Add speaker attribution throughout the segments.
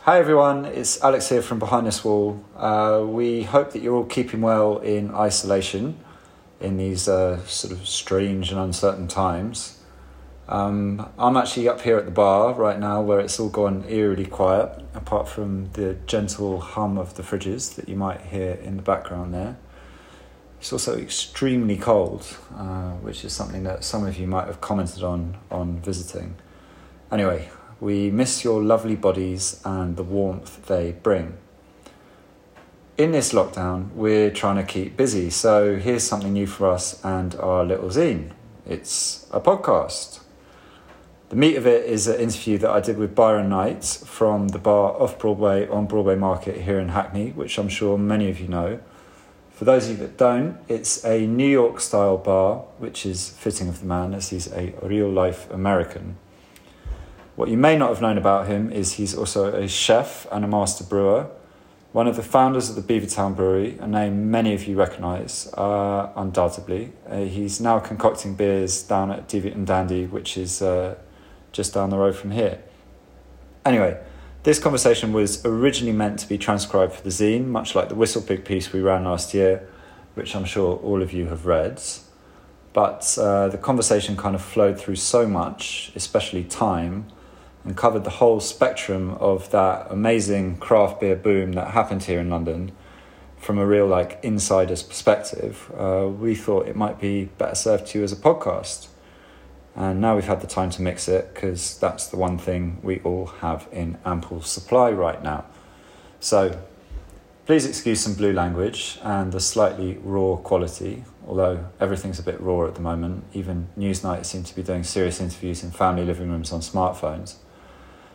Speaker 1: Hi everyone, it's Alex here from Behind This Wall. Uh, we hope that you're all keeping well in isolation in these uh, sort of strange and uncertain times. Um, I'm actually up here at the bar right now where it's all gone eerily quiet, apart from the gentle hum of the fridges that you might hear in the background there. It's also extremely cold, uh, which is something that some of you might have commented on on visiting. Anyway, we miss your lovely bodies and the warmth they bring. In this lockdown, we're trying to keep busy, so here's something new for us and our little zine. It's a podcast. The meat of it is an interview that I did with Byron Knight from the bar off Broadway on Broadway Market here in Hackney, which I'm sure many of you know. For those of you that don't, it's a New York style bar, which is fitting of the man as he's a real life American. What you may not have known about him is he's also a chef and a master brewer, one of the founders of the Beavertown Brewery, a name many of you recognise, uh, undoubtedly. Uh, he's now concocting beers down at Deviant and Dandy, which is uh, just down the road from here. Anyway, this conversation was originally meant to be transcribed for the zine, much like the Whistle Pig piece we ran last year, which I'm sure all of you have read but uh, the conversation kind of flowed through so much, especially time, and covered the whole spectrum of that amazing craft beer boom that happened here in London from a real like insider's perspective. Uh, we thought it might be better served to you as a podcast. And now we've had the time to mix it because that's the one thing we all have in ample supply right now. So Please excuse some blue language and the slightly raw quality, although everything's a bit raw at the moment. Even Newsnight seem to be doing serious interviews in family living rooms on smartphones.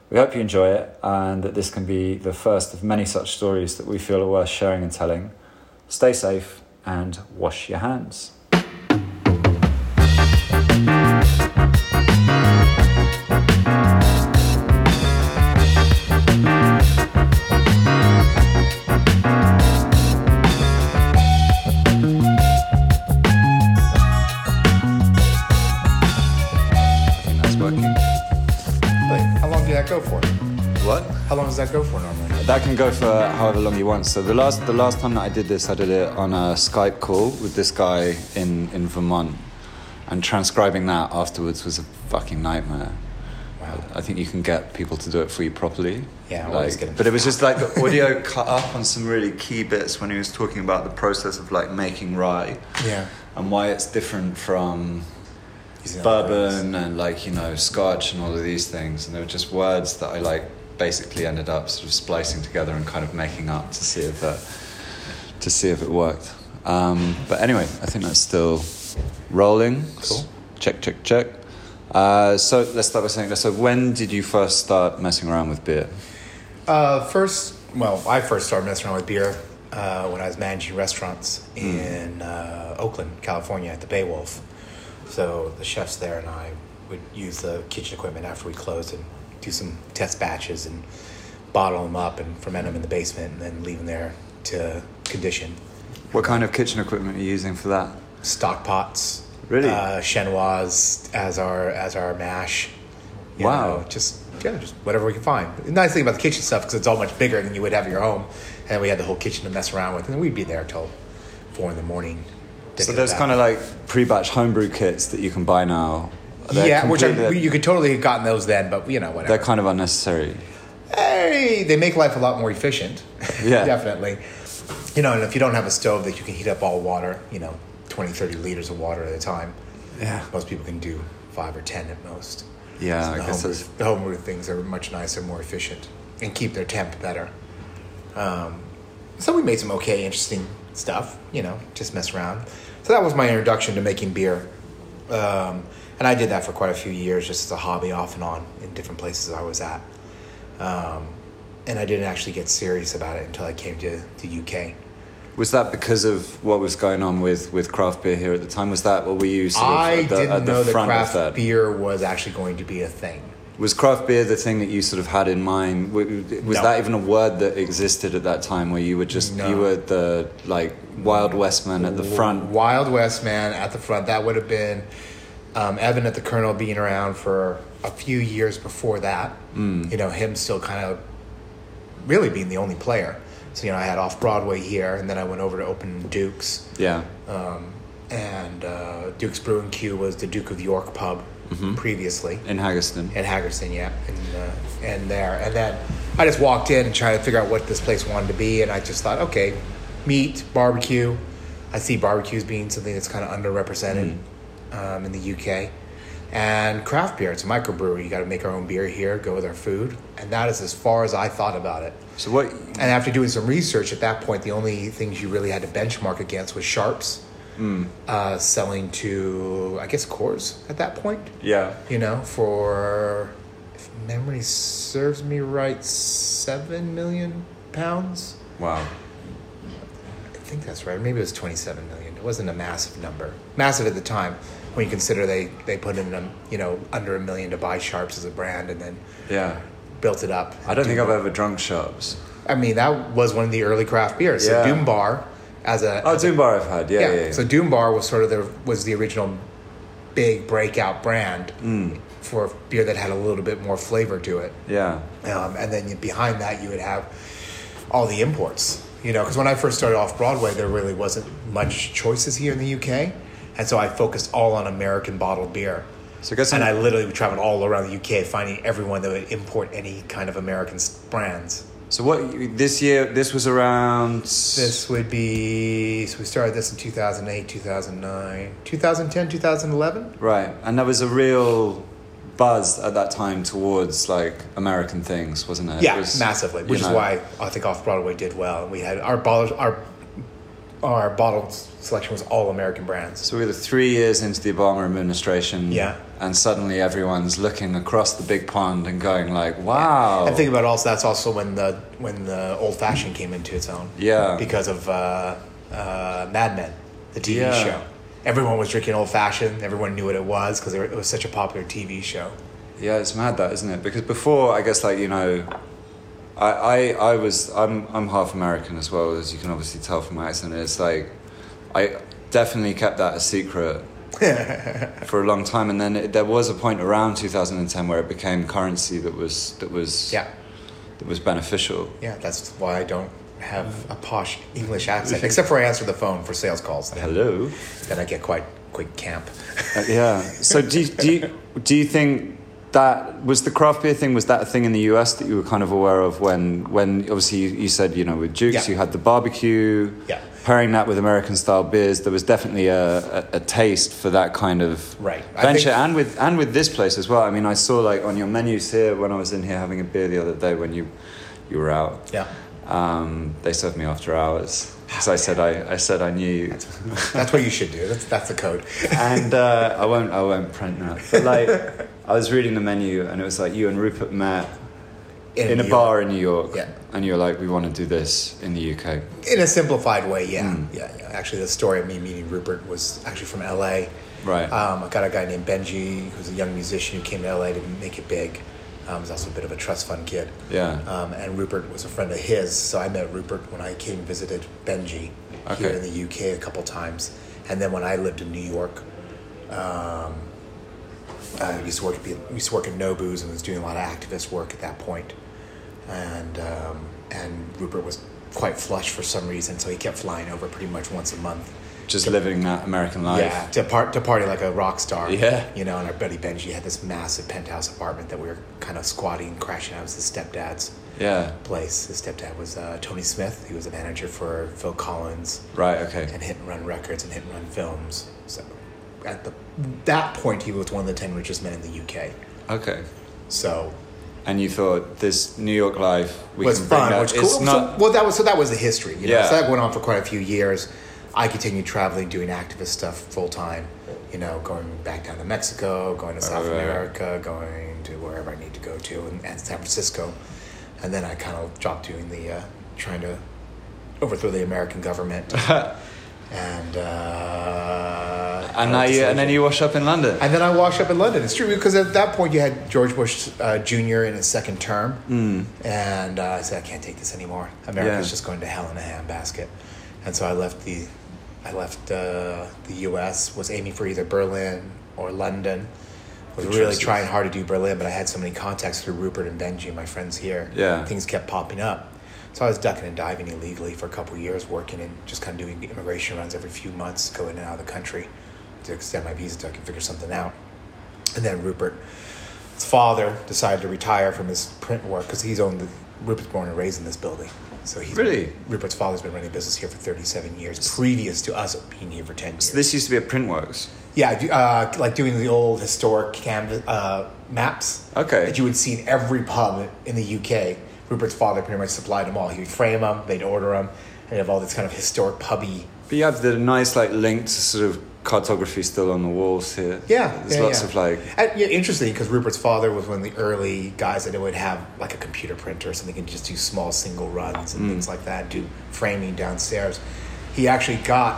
Speaker 1: We hope you enjoy it and that this can be the first of many such stories that we feel are worth sharing and telling. Stay safe and wash your hands. I think that's working.
Speaker 2: Wait, how long did that go for?
Speaker 1: What?
Speaker 2: How long does that go for normally?
Speaker 1: That can go for however long you want. So the last the last time that I did this, I did it on a Skype call with this guy in in Vermont, and transcribing that afterwards was a fucking nightmare.
Speaker 2: Wow.
Speaker 1: I think you can get people to do it for you properly.
Speaker 2: Yeah, I always
Speaker 1: like,
Speaker 2: get 'em.
Speaker 1: but it was just like the audio cut up on some really key bits when he was talking about the process of like making rye
Speaker 2: Yeah.
Speaker 1: and why it's different from
Speaker 2: He's in other rooms.
Speaker 1: bourbon and like you know scotch and all of these things and they were just words that i like basically ended up sort of splicing together and kind of making up to see if that to see if it worked um, but anyway i think that's still rolling
Speaker 2: Cool.
Speaker 1: check check check uh, so let's start by saying so when did you first start messing around with beer
Speaker 2: Uh, first, well, I first started messing around with beer uh, when I was managing restaurants
Speaker 1: Hmm.
Speaker 2: in uh, Oakland, California, at the Beowulf. So the chefs there and I would use the kitchen equipment after we closed and do some test batches and bottle them up and ferment them in the basement and then leave them there to condition.
Speaker 1: what kind of kitchen equipment are you using for that
Speaker 2: stock pots.
Speaker 1: Really?
Speaker 2: Uh, chenoise as our as our mash. You
Speaker 1: Wow.
Speaker 2: know, just yeah, just whatever we can find. The nice thing about the kitchen stuff because it's all much bigger than you would have at your home, and we had the whole kitchen to mess around with, and we'd be there till four in the morning.
Speaker 1: so there's kind of like pre-batch homebrew kits that you can buy now They're
Speaker 2: yeah, which I,
Speaker 1: completely-
Speaker 2: you could totally have gotten those then, but you know whatever.
Speaker 1: they're kind of unnecessary
Speaker 2: hey, they make life a lot more efficient.
Speaker 1: Yeah.
Speaker 2: Definitely. You know, and if you don't have a stove that you can heat up all water, you know, 20, 30 liters of water at a time.
Speaker 1: Yeah.
Speaker 2: Most people can do five or 10 at most.
Speaker 1: Yeah, I
Speaker 2: the
Speaker 1: guess
Speaker 2: homebrew,
Speaker 1: that's-
Speaker 2: the homebrew things are much nicer, more efficient, and keep their temp better. Um, so we made some okay, interesting stuff, you know, just mess around. So that was my introduction to making beer. Um, and I did that for quite a few years, just as a hobby off and on in different places I was at. Um, and I didn't actually get serious about it until I came to the UK.
Speaker 1: Was that because of what was going on with, with craft beer here at the time? Was that what were you sort of
Speaker 2: I
Speaker 1: at the,
Speaker 2: didn't
Speaker 1: at the
Speaker 2: know that
Speaker 1: front
Speaker 2: craft
Speaker 1: of that?
Speaker 2: beer was actually going to be a thing.
Speaker 1: Was craft beer the thing that you sort of had in mind? W- w- Was
Speaker 2: No.
Speaker 1: that even a word that existed at that time, where you were just
Speaker 2: No.
Speaker 1: you were the like wild westman at the front?
Speaker 2: Wild West man at the front. That would have been um, Evan at the Colonel being around for a few years before that. You know, him still kind of really being the only player. So you know, I had off Broadway here, and then I went over to open Duke's,
Speaker 1: Yeah.
Speaker 2: um, and uh, Duke's Brew and Q was the Duke of York pub previously
Speaker 1: In Haggerston.
Speaker 2: at Haggerston, yeah, and uh, and there, and then I just walked in and tried to figure out what this place wanted to be, and I just thought, okay, meat, barbecue. I see barbecues being something that's kind of underrepresented um, in the UK, and craft beer. It's a microbrewery. You got to make our own beer here, go with our food, and that is as far as I thought about it.
Speaker 3: So what?
Speaker 2: And after doing some research, at that point, the only things you really had to benchmark against was Sharps uh, selling to, I guess, Coors at that point.
Speaker 3: Yeah.
Speaker 2: You know, for if memory serves me right, seven million pounds.
Speaker 1: Wow.
Speaker 2: I think that's right. Maybe it was twenty-seven million. It wasn't a massive number. Massive at the time when you consider they they put in a you know under a million to buy Sharps as a brand and then
Speaker 1: Yeah.
Speaker 2: built it up.
Speaker 1: I don't think I've ever drunk sharps.
Speaker 2: I mean, that was one of the early craft beers.
Speaker 1: Yeah.
Speaker 2: So Doom Bar as a
Speaker 1: Oh, Doom Bar I've had. Yeah,
Speaker 2: yeah.
Speaker 1: yeah. yeah.
Speaker 2: So Doom Bar was sort of the was the original big breakout brand
Speaker 1: Mm.
Speaker 2: for a beer that had a little bit more flavor to it.
Speaker 1: yeah.
Speaker 2: Um, and then you, behind that, you would have all the imports. You know, because when I first started off Broadway, there really wasn't much choices here in the UK, and so I focused all on American bottled beer.
Speaker 1: So I guess
Speaker 2: and I
Speaker 1: I'm-
Speaker 2: literally traveled all around the UK finding everyone that would import any kind of American s- brands.
Speaker 1: So what? This year, this was around.
Speaker 2: This would be so we started this in 2008, 2009, 2010, 2011.
Speaker 1: Right, and there was a real buzz at that time towards like American things, wasn't there?
Speaker 2: Yeah,
Speaker 1: It was,
Speaker 2: massively,
Speaker 1: you
Speaker 2: which
Speaker 1: know,
Speaker 2: is why I think Off Broadway did well. We had our bottle, our our bottled selection was all American brands.
Speaker 1: So we were three years into the Obama administration.
Speaker 2: Yeah.
Speaker 1: and suddenly everyone's looking across the big pond and going like, "Wow!"
Speaker 2: And think about also that's also when the when the old fashioned came into its own.
Speaker 1: Yeah.
Speaker 2: because of uh, uh, Mad Men, the TV
Speaker 1: Yeah.
Speaker 2: show. Everyone was drinking old fashioned. Everyone knew what it was because it was such a popular TV show.
Speaker 1: Yeah, it's mad that, isn't it? Because before, I guess, like you know, I, I, I was, I'm, I'm half American as well, as you can obviously tell from my accent. It's like, I definitely kept that a secret for a long time, and then it, there was a point around 2010 where it became currency that was that was
Speaker 2: Yeah,
Speaker 1: that was beneficial.
Speaker 2: yeah. That's why I don't have a posh English accent, except for I answer the phone for sales calls. Then,
Speaker 1: Hello.
Speaker 2: then I get quite quick camp.
Speaker 1: Uh, yeah. So do you, do you, do you think that was the craft beer thing? Was that a thing in the US that you were kind of aware of when when obviously you, you said you know with Jukes
Speaker 2: Yeah.
Speaker 1: you had the barbecue.
Speaker 2: Yeah.
Speaker 1: Pairing that with American style beers, there was definitely a, a, a taste for that kind of
Speaker 2: Right. I
Speaker 1: venture,
Speaker 2: think-
Speaker 1: and with and with this place as well. I mean, I saw like on your menus here when I was in here having a beer the other day when you you were out.
Speaker 2: Yeah.
Speaker 1: Um, they served me after hours because I said I, I said I knew you
Speaker 2: That's what you should do. That's that's the code.
Speaker 1: and uh, I won't I won't print that. But like I was reading the menu and it was like you and Rupert met in, a
Speaker 2: New
Speaker 1: bar in New York.
Speaker 2: Yeah.
Speaker 1: And you're like, we want to do this in the UK.
Speaker 2: York. in a simplified way. Yeah,
Speaker 1: Mm.
Speaker 2: yeah, yeah. Actually, the story of me meeting Rupert was actually from LA.
Speaker 1: Right.
Speaker 2: Um, I got a guy named Benji who's a young musician who came to LA to make it big. Um, he's also a bit of a trust fund kid.
Speaker 1: Yeah.
Speaker 2: Um, and Rupert was a friend of his, so I met Rupert when I came and visited Benji here
Speaker 1: Okay.
Speaker 2: in the UK a couple times, and then when I lived in New York. Uh, we used to work at, the- we used to work at Nobu's and was doing a lot of activist work at that point, and um, and Rupert was quite flush for some reason, so he kept flying over pretty much once a month.
Speaker 1: Just living that American life.
Speaker 2: Yeah, to part to party like a rock star.
Speaker 1: Yeah.
Speaker 2: you know. And our buddy Benji had this massive penthouse apartment that we were kind of squatting, crashing out. It was his stepdad's
Speaker 1: Yeah.
Speaker 2: place. His stepdad was uh, Tony Smith. He was a manager for Phil Collins
Speaker 1: Right, okay.
Speaker 2: and Hit and Run Records and Hit and Run Films. So at the that point, he was one of the ten richest men in the UK.
Speaker 1: Okay.
Speaker 2: So
Speaker 1: And you thought this New York life we
Speaker 2: was
Speaker 1: can bring
Speaker 2: fun,
Speaker 1: that.
Speaker 2: which
Speaker 1: it's
Speaker 2: cool.
Speaker 1: not
Speaker 2: so, well, that was so that was the history. You know?
Speaker 1: Yeah.
Speaker 2: so that went on for quite a few years. I continued traveling, doing activist stuff full time. You know, going back down to Mexico, going to South
Speaker 1: right, right.
Speaker 2: America, going to wherever I need to go to, and, and San Francisco, and then I kind of dropped doing the uh, trying to overthrow the American government, and uh,
Speaker 1: and now you, and then you wash up in London.
Speaker 2: and then I washed up in London. It's true because at that point you had George Bush uh, Jr. in his second term, and uh, I said I can't take this anymore. America's
Speaker 1: Yeah.
Speaker 2: just going to hell in a handbasket, and so I left the, I left uh, the U.S. was aiming for either Berlin or London. Was
Speaker 1: Good
Speaker 2: really
Speaker 1: choices.
Speaker 2: trying hard to do Berlin, but I had so many contacts through Rupert and Benji, my friends here.
Speaker 1: Yeah.
Speaker 2: things kept popping up, So I was ducking and diving illegally for a couple of years, working and just kind of doing immigration runs every few months, going in and out of the country to extend my visa till I can figure something out. And then Rupert, his father, decided to retire from his print work because he's owned the Rupert's born and raised in this building. So he's
Speaker 1: Really?
Speaker 2: Rupert's father's been running a business here for 37 years, previous to us being here for 10 years.
Speaker 1: So this used to be at Printworks.
Speaker 2: Yeah, if you- uh, like doing the old historic canvas uh, maps.
Speaker 1: Okay.
Speaker 2: That you would see in every pub in the UK. Rupert's father pretty much supplied them all. He would frame them, they'd order them, and have all this kind of historic pubby.
Speaker 1: But you have the nice like linked sort of cartography still on the walls here.
Speaker 2: Yeah,
Speaker 1: there's
Speaker 2: yeah,
Speaker 1: lots
Speaker 2: yeah.
Speaker 1: of like
Speaker 2: And, yeah, interesting because Rupert's father was one of the early guys that would have like a computer printer or something and just do small single runs
Speaker 1: Hmm.
Speaker 2: and things like that, do framing downstairs. He actually got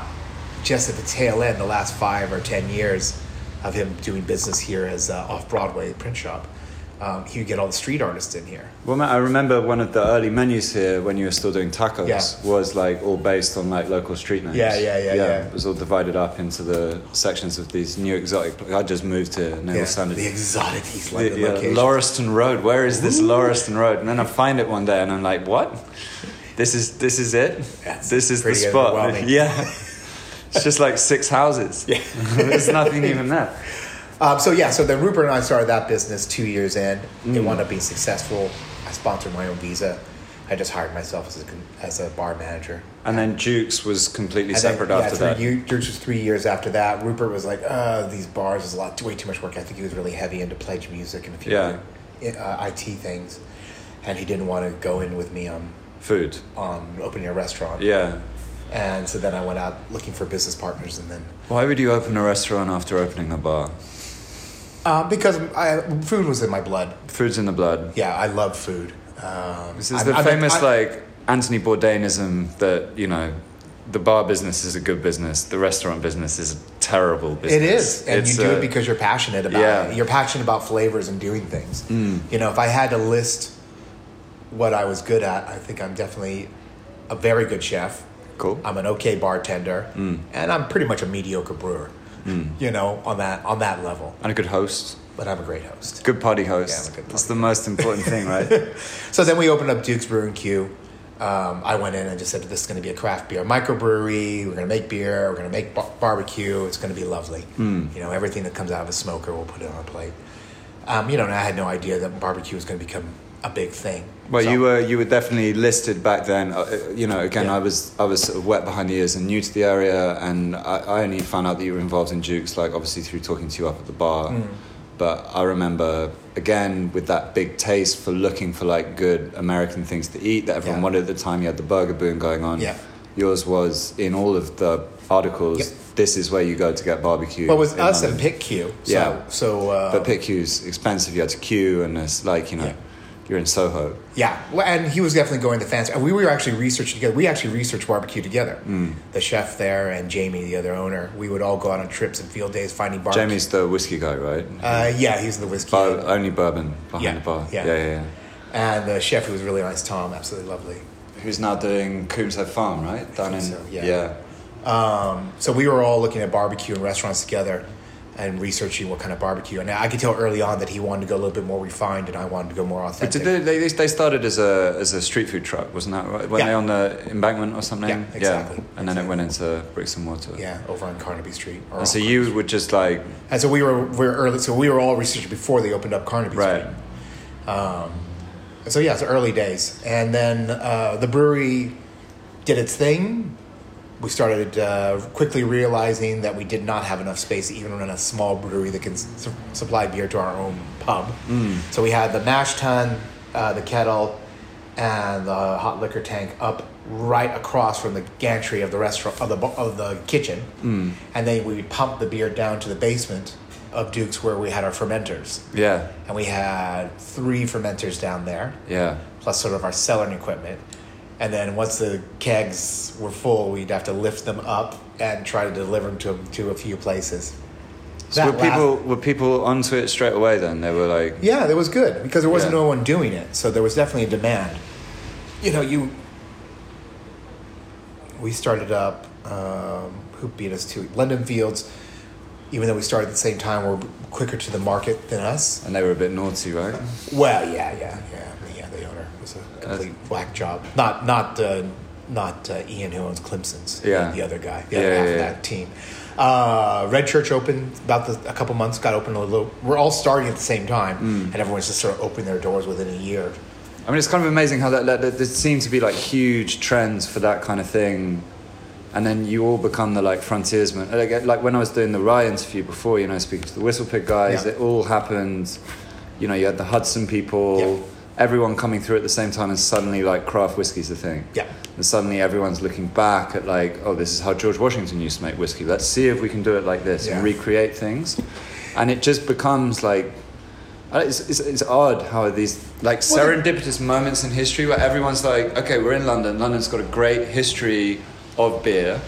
Speaker 2: just at the tail end, the last five or ten years of him doing business here as uh, off Broadway print shop. Um, he would get all the street artists in here.
Speaker 1: Well, Matt, I remember one of the early menus here when you were still doing tacos
Speaker 2: Yeah.
Speaker 1: was like all based on like local street names.
Speaker 2: Yeah, yeah, yeah, yeah.
Speaker 1: It was all divided up into the sections of these new exotic. pla- I just moved here and they all sounded.
Speaker 2: the exotic East
Speaker 1: the,
Speaker 2: London
Speaker 1: yeah,
Speaker 2: location.
Speaker 1: Lauriston Road. Where is this Lauriston Road? And then I find it one day, and I'm like, "What? This is this is it.
Speaker 2: That's
Speaker 1: this is the
Speaker 2: pretty
Speaker 1: spot.
Speaker 2: overwhelming.
Speaker 1: Yeah, it's just like six houses.
Speaker 2: Yeah.
Speaker 1: there's nothing even there.
Speaker 2: Um, so yeah, so then Rupert and I started that business two years in.
Speaker 1: Mm.
Speaker 2: It wound up being successful. I sponsored my own visa. I just hired myself as a con- as a bar manager.
Speaker 1: And then Jukes was completely
Speaker 2: And then,
Speaker 1: separate
Speaker 2: yeah,
Speaker 1: after
Speaker 2: three
Speaker 1: that.
Speaker 2: year- Yours was three years after that. Rupert was like, "Uh, these bars is a lot, way too much work." I think he was really heavy into pledge music and a few
Speaker 1: Yeah.
Speaker 2: other, uh, IT things, and he didn't want to go in with me on
Speaker 1: Food.
Speaker 2: on opening a restaurant.
Speaker 1: Yeah.
Speaker 2: And so then I went out looking for business partners, and then
Speaker 1: Why would you open a restaurant after opening a bar?
Speaker 2: uh, because I, food was in my blood.
Speaker 1: Food's in the blood.
Speaker 2: Yeah, I love food. Um,
Speaker 1: This is
Speaker 2: I'm-
Speaker 1: the
Speaker 2: I'm-
Speaker 1: famous
Speaker 2: I-
Speaker 1: like Anthony Bourdainism that you know, the bar business is a good business, the restaurant business is a terrible business.
Speaker 2: It is, and
Speaker 1: It's
Speaker 2: you do
Speaker 1: a-
Speaker 2: it because you're passionate about
Speaker 1: Yeah. Mm.
Speaker 2: it. You're passionate about flavors and doing things. You know, if I had to list what I was good at, I think I'm definitely a very good chef.
Speaker 1: Cool.
Speaker 2: I'm an okay bartender,
Speaker 1: Mm.
Speaker 2: and I'm pretty much a mediocre brewer. You know, on that on that level,
Speaker 1: and a good host,
Speaker 2: but I'm a great host.
Speaker 1: good party host.
Speaker 2: Yeah, I'm a good
Speaker 1: That's
Speaker 2: party
Speaker 1: the most important thing, right?
Speaker 2: So then we opened up Duke's Brewing Q. Um, I went in and just said, "This is going to be a craft beer microbrewery. We're going to make beer. We're going to make bar- barbecue. It's going to be lovely.
Speaker 1: Hmm.
Speaker 2: You know, everything that comes out of a smoker, we'll put it on a plate. Um, you know, and I had no idea that barbecue was going to become a big thing.
Speaker 1: Well,
Speaker 2: So-
Speaker 1: you were you were definitely listed back then. Uh, uh, you know, again,
Speaker 2: Yeah.
Speaker 1: I was I was sort of wet behind the ears and new to the area, and I, I only found out that you were involved in Jukes, like obviously through talking to you up at the bar.
Speaker 2: Mm.
Speaker 1: But I remember again with that big taste for looking for like good American things to eat that everyone
Speaker 2: Yeah.
Speaker 1: wanted at the time. You had the burger boom going on.
Speaker 2: Yeah.
Speaker 1: Yours was in all of the articles.
Speaker 2: Yep.
Speaker 1: This is where you go to get barbecue.
Speaker 2: well, it was
Speaker 1: in
Speaker 2: us
Speaker 1: London.
Speaker 2: and Pick Q. So,
Speaker 1: um, Yeah.
Speaker 2: So uh,
Speaker 1: But pick queues expensive. You had to queue, and it's like you know,
Speaker 2: Yeah.
Speaker 1: you're in Soho.
Speaker 2: Yeah, well, and he was definitely going the fancy. We were actually researching together. We actually researched barbecue together.
Speaker 1: Hmm.
Speaker 2: The chef there and Jamie, the other owner, we would all go out on trips and field days finding barbecue.
Speaker 1: Jamie's the whiskey guy, right?
Speaker 2: uh, yeah, he's in the whiskey.
Speaker 1: Bar, only bourbon behind
Speaker 2: Yeah,
Speaker 1: the bar.
Speaker 2: yeah.
Speaker 1: yeah, yeah,
Speaker 2: and the chef who was really nice, Tom, absolutely lovely.
Speaker 1: yeah. Who's now doing Coombshead Farm, right? Down in
Speaker 2: think so, yeah.
Speaker 1: yeah.
Speaker 2: Um, so we were all looking at barbecue and restaurants together and researching what kind of barbecue. And I could tell early on that he wanted to go a little bit more refined, and I wanted to go more
Speaker 1: But did
Speaker 2: authentic.
Speaker 1: they, they, they started as a as a street food truck, wasn't that right? Were
Speaker 2: Yeah.
Speaker 1: they on the embankment or something?
Speaker 2: Yeah, exactly,
Speaker 1: And then it went into bricks and water.
Speaker 2: yeah, over on Carnaby Street. Or
Speaker 1: And so
Speaker 2: on-
Speaker 1: you would just like
Speaker 2: And so we were we were early. So we were all researching before they opened up Carnaby
Speaker 1: right.
Speaker 2: Street. And so yeah, it's early days, and then uh, the brewery did its thing. We started uh, quickly realizing that we did not have enough space, to even run a small brewery that can su- supply beer to our own pub. So we had the mash tun, uh, the kettle, and the hot liquor tank up right across from the gantry of the restaurant of the bu- of the kitchen, and then we would pump the beer down to the basement of Duke's where we had our fermenters,
Speaker 1: Yeah,
Speaker 2: and we had three fermenters down there
Speaker 1: yeah.
Speaker 2: plus sort of our cellaring equipment. And then once the kegs were full, we'd have to lift them up and try to deliver them to, to a few places.
Speaker 1: So
Speaker 2: That
Speaker 1: were
Speaker 2: last-
Speaker 1: people were people onto it straight away? Then they were like,
Speaker 2: yeah, that was good because there wasn't
Speaker 1: Yeah.
Speaker 2: no one doing it, so there was definitely a demand. You know, you. We started up. Um, who beat us to London Fields? Even though we started at the same time, were quicker to the market than us.
Speaker 1: and they were a bit naughty, right?
Speaker 2: Well, yeah, yeah, yeah, yeah. The owner, was a complete whack job. Not not uh, not uh, Ian who owns Clemson's.
Speaker 1: Yeah.
Speaker 2: the other guy, the other
Speaker 1: Yeah,
Speaker 2: half
Speaker 1: yeah,
Speaker 2: of
Speaker 1: yeah.
Speaker 2: that team. Uh, Red Church opened about the, a couple months. Got open a little. We're all starting at the same time,
Speaker 1: Hmm.
Speaker 2: and everyone's just sort of opened their doors within a year.
Speaker 1: I mean, it's kind of amazing how that, that, that there seem to be like huge trends for that kind of thing, and then you all become the like frontiersmen. Like, like when I was doing the Rye interview before, you know, speaking to the Whistlepig guys,
Speaker 2: Yeah.
Speaker 1: it all happened. You know, you had the Hudson people,
Speaker 2: Yeah.
Speaker 1: everyone coming through at the same time, and suddenly like craft whiskey's a thing.
Speaker 2: Yeah.
Speaker 1: And suddenly everyone's looking back at like, oh, this is how George Washington used to make whiskey. Let's see if we can do it like this and
Speaker 2: Yeah.
Speaker 1: recreate things, and it just becomes like I- It's, it's, it's odd how these like
Speaker 2: Well, the-
Speaker 1: serendipitous moments in history where everyone's like, okay, we're in London. London's got a great history of beer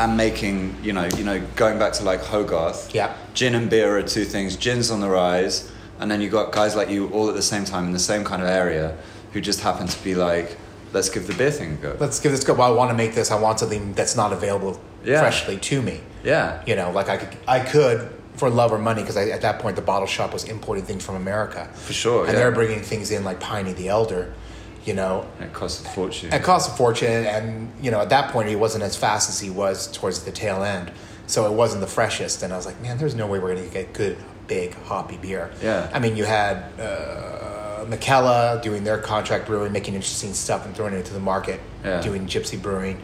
Speaker 1: and making, you know, you know, going back to like Hogarth.
Speaker 2: Yeah.
Speaker 1: Gin and beer are two things. Gin's on the rise, and then you got guys like you all at the same time in the same kind of area who just happen to be like, let's give the beer thing a go.
Speaker 2: Let's give this a go. Well, I want to make this. I want something that's not available
Speaker 1: Yeah.
Speaker 2: freshly to me.
Speaker 1: yeah.
Speaker 2: You know, like I could, I could for love or money, because at that point the bottle shop was importing things from America
Speaker 1: For sure,
Speaker 2: and
Speaker 1: yeah.
Speaker 2: they're bringing things in like Piney the Elder. You know,
Speaker 1: It costs a fortune.
Speaker 2: it cost a fortune, and you know at that point he wasn't as fast as he was towards the tail end, so it wasn't the freshest. And I was like, man, there's no way we're gonna get good big hoppy beer.
Speaker 1: Yeah.
Speaker 2: I mean, you had uh, McKella doing their contract brewing, making interesting stuff and throwing it into the market,
Speaker 1: Yeah.
Speaker 2: doing Gypsy Brewing,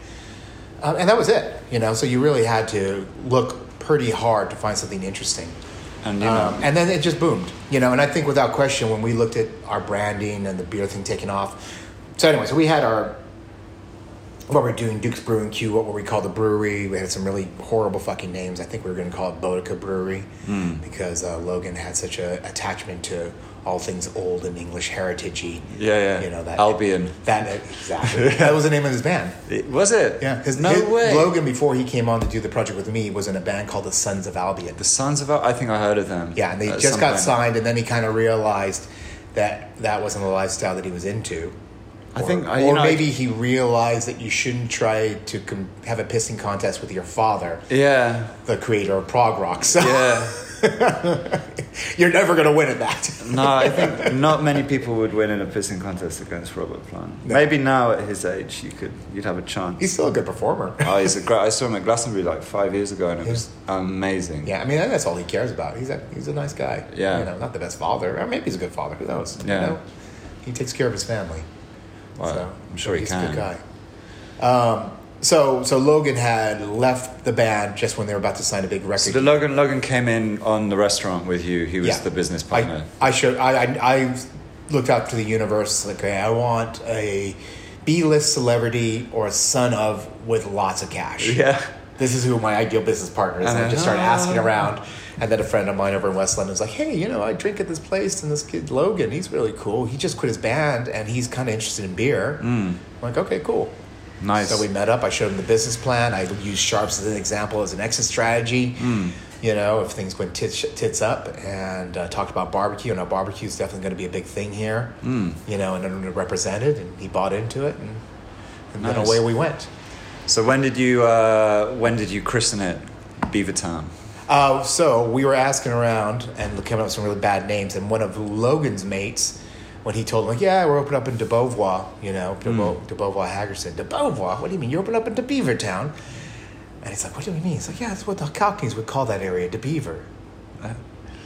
Speaker 2: um, and that was it. You know, so you really had to look pretty hard to find something interesting.
Speaker 1: and you know,
Speaker 2: Um, and then it just boomed, you know. And I think without question, when we looked at our branding and the beer thing taking off. So anyway, so we had our what we're doing, Duke's Brewing Q, what we call the brewery. We had some really horrible fucking names. I think we were going to call it Bodica Brewery
Speaker 1: Hmm.
Speaker 2: because uh, Logan had such a attachment to all things old and English heritagey.
Speaker 1: yeah, yeah.
Speaker 2: you know that
Speaker 1: Albion.
Speaker 2: That exactly. that was the name of his band.
Speaker 1: It- was it?
Speaker 2: Yeah, his,
Speaker 1: no
Speaker 2: his-
Speaker 1: way.
Speaker 2: Logan before he came on to do the project with me was in a band called the Sons of Albion.
Speaker 1: The Sons of Al- I think I heard of them.
Speaker 2: Yeah, and they
Speaker 1: at
Speaker 2: just
Speaker 1: Uh, some
Speaker 2: got
Speaker 1: point.
Speaker 2: signed, and then he kind of realized that that wasn't the lifestyle that he was into.
Speaker 1: I
Speaker 2: Or-
Speaker 1: think I- you
Speaker 2: or
Speaker 1: know, I-
Speaker 2: maybe he realized that you shouldn't try to com- have a pissing contest with your father,
Speaker 1: Yeah,
Speaker 2: the creator of prog rock. So
Speaker 1: yeah.
Speaker 2: you're never going to win at that.
Speaker 1: No, I think not many people would win in a pissing contest against Robert Plant. Maybe now at his age, you could you'd have a chance.
Speaker 2: He's still a good performer.
Speaker 1: oh, he's a great. I saw him at Glastonbury like five years ago, and it was amazing.
Speaker 2: Yeah, I mean that's all he cares about. He's a he's a nice guy.
Speaker 1: Yeah.
Speaker 2: you know, not the best father, or maybe he's a good father. Who knows?
Speaker 1: Yeah.
Speaker 2: you know? he takes care of his family.
Speaker 1: Well, I'm sure he
Speaker 2: he's a
Speaker 1: can.
Speaker 2: good guy. Um, so so Logan had left the band just when they were about to sign a big record.
Speaker 1: So the Logan Logan came in on the restaurant with you. He was the business partner.
Speaker 2: I, I showed. I, I I looked out to the universe like okay, I want a B list celebrity or a son of with lots of cash.
Speaker 1: yeah,
Speaker 2: This is who my ideal business partner is. And I just started asking
Speaker 1: Uh-huh.
Speaker 2: around. And then a friend of mine over in West London was like, hey, you know, I drink at this place, and this kid, Logan, he's really cool. He just quit his band and he's kind of interested in beer. I'm like, okay, cool.
Speaker 1: Mm. nice.
Speaker 2: So we met up. I showed him the business plan. I used Sharps as an example as an exit strategy.
Speaker 1: Mm.
Speaker 2: You know, if things went tits, tits up, and uh, talked about barbecue, and our barbecue is definitely going to be a big thing here.
Speaker 1: Mm.
Speaker 2: You know, and underrepresented, and he bought into it, and, and then
Speaker 1: Nice.
Speaker 2: away we went.
Speaker 1: so when did you uh, when did you christen it? Beaver Town.
Speaker 2: Uh, so we were asking around and coming up with some really bad names, and one of Logan's mates, when he told him, like, "Yeah, we're opening up in De Beauvoir," you know, De, Bo- De Beauvoir Hagerson, De Beauvoir. What do you mean? You're opening up in De Beaver Town? And he's like, "What do you mean?" He's like, "Yeah, that's what the Cockneys would call that area, De Beaver."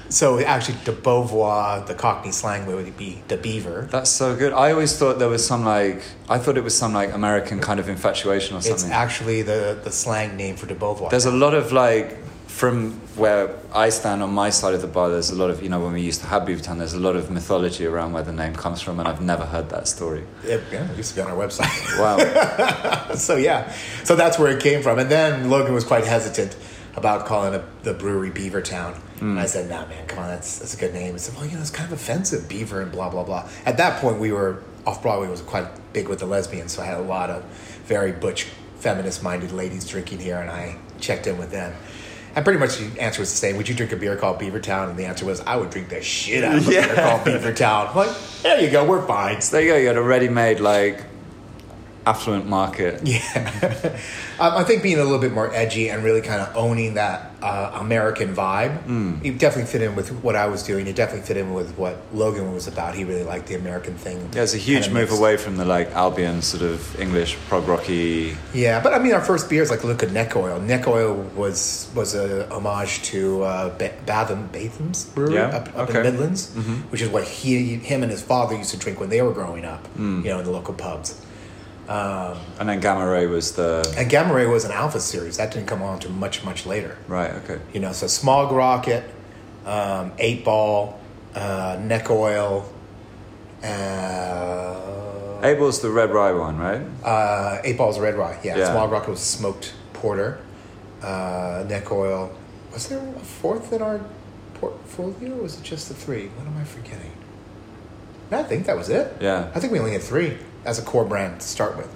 Speaker 2: So actually, De Beauvoir, the Cockney slang would be De Beaver.
Speaker 1: That's so good. I always thought there was some like I thought it was some like American kind of infatuation or
Speaker 2: It's
Speaker 1: something.
Speaker 2: actually the, the slang name for De Beauvoir.
Speaker 1: There's a lot of like from where I stand on my side of the bar. There's a lot of you know when we used to have Beaverton. There's a lot of mythology around where the name comes from, and I've never heard that story.
Speaker 2: it, yeah, it used to be on our website.
Speaker 1: Wow.
Speaker 2: so yeah, so that's where it came from. And then Logan was quite hesitant about calling a, the brewery Beaver Town. And I said, "Nah, man, come on, that's that's a good name." He said, "Well, you know, it's kind of offensive, Beaver and blah blah blah." At that point, we were off Broadway was quite big with the lesbians, so I had a lot of very butch, feminist-minded ladies drinking here, and I checked in with them. And pretty much the answer was the same. Would you drink a beer called Beaver Town? And the answer was, I would drink the shit out of a beer called Beaver Town. Like, there you go, we're fine.
Speaker 1: there you go. You got a ready-made like affluent market.
Speaker 2: Yeah. um, I think being a little bit more edgy and really kind of owning that uh, American vibe,
Speaker 1: Mm.
Speaker 2: it definitely fit in with what I was doing. It definitely fit in with what Logan was about. He really liked the American thing.
Speaker 1: Yeah, it's a huge
Speaker 2: Kinda
Speaker 1: move
Speaker 2: mixed.
Speaker 1: away from the like Albion sort of English prog rocky.
Speaker 2: Yeah, but I mean, our first beer is like look at Neck Oil. Neck Oil was was a homage to uh, ba- Batham Batham's brewery
Speaker 1: Yeah,
Speaker 2: up, up
Speaker 1: okay. Mm-hmm.
Speaker 2: in Midlands, which is what he him and his father used to drink when they were growing up.
Speaker 1: Mm.
Speaker 2: You know, in the local pubs.
Speaker 1: And then Gamma Ray was the.
Speaker 2: And Gamma Ray was an Alpha series that didn't come on until much much later.
Speaker 1: Right, okay.
Speaker 2: You know, so Smog Rocket, um, Eight Ball, uh, Neck Oil, uh,
Speaker 1: Abel's the red rye one, right?
Speaker 2: uh, Eight Ball's Red Rye. Yeah,
Speaker 1: Yeah.
Speaker 2: Smog Rocket was smoked porter. Uh, neck Oil. Was there a fourth in our portfolio? Or was it just the three? What am I forgetting? No, I think that was it.
Speaker 1: Yeah.
Speaker 2: I think we only had three as a core brand to start with.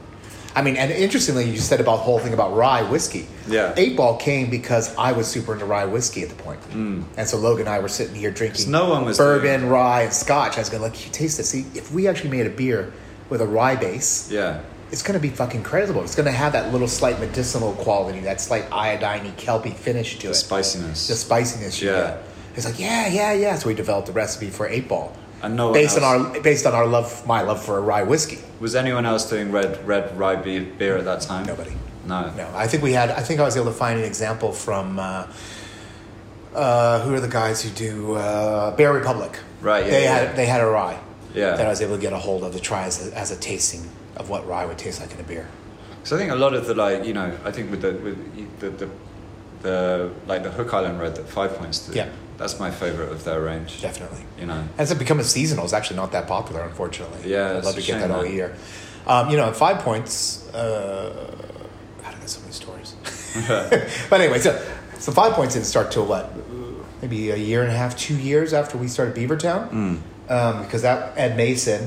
Speaker 2: I mean, and interestingly, you said about the whole thing about rye whiskey.
Speaker 1: Yeah.
Speaker 2: Eight Ball came because I was super into rye whiskey at the point. And so Logan and I were sitting here drinking
Speaker 1: Mm. no one was
Speaker 2: bourbon,
Speaker 1: doing-
Speaker 2: rye, and scotch. I was going, like, you taste this. See, if we actually made a beer with a rye base,
Speaker 1: Yeah.
Speaker 2: it's going to be fucking incredible. It's going to have that little slight medicinal quality, that slight iodine kelpy finish to
Speaker 1: The
Speaker 2: it.
Speaker 1: spiciness.
Speaker 2: The spiciness. you
Speaker 1: Yeah.
Speaker 2: get. It's like, yeah, yeah, yeah. So we developed the recipe for Eight Ball.
Speaker 1: And no one
Speaker 2: based
Speaker 1: else-
Speaker 2: on our based on our love, my love for rye whiskey.
Speaker 1: was anyone else doing red red rye be- beer at that time?
Speaker 2: Nobody.
Speaker 1: No.
Speaker 2: No, I think we had. I think I was able to find an example from. Uh, uh, who are the guys who do uh, Bear Republic?
Speaker 1: Right, yeah,
Speaker 2: they
Speaker 1: yeah,
Speaker 2: had
Speaker 1: yeah.
Speaker 2: they had a rye.
Speaker 1: Yeah.
Speaker 2: That I was able to get a hold of to try as a, as a tasting of what rye would taste like in a beer.
Speaker 1: So I think a lot of the like, you know, I think with the with the the, the like the Hook Island Red that Five Points did.
Speaker 2: Yeah.
Speaker 1: That's my favorite of their range.
Speaker 2: Definitely.
Speaker 1: You know.
Speaker 2: As it becomes seasonal, it's actually not that popular, unfortunately.
Speaker 1: Yeah,
Speaker 2: I'd
Speaker 1: it's
Speaker 2: love to
Speaker 1: a
Speaker 2: get
Speaker 1: shame,
Speaker 2: that all
Speaker 1: man.
Speaker 2: year. Um, you know, at Five Points, uh, I don't know so many stories. but anyway, so so Five Points didn't start till what? Maybe a year and a half, two years after we started Beavertown,
Speaker 1: Mm.
Speaker 2: um, because that Ed Mason,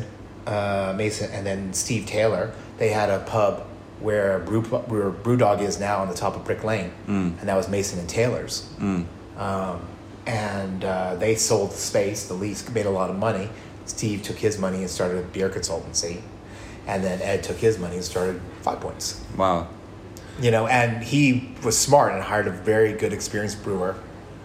Speaker 2: uh, Mason, and then Steve Taylor, they had a pub where Brew where Brewdog is now on the top of Brick Lane,
Speaker 1: Mm.
Speaker 2: and that was Mason and Taylor's um, and uh, they sold the space. The lease made a lot of money. Steve took his money and started a beer consultancy, and then Ed took his money and started Five Points.
Speaker 1: Wow.
Speaker 2: You know, and he was smart and hired a very good, experienced brewer.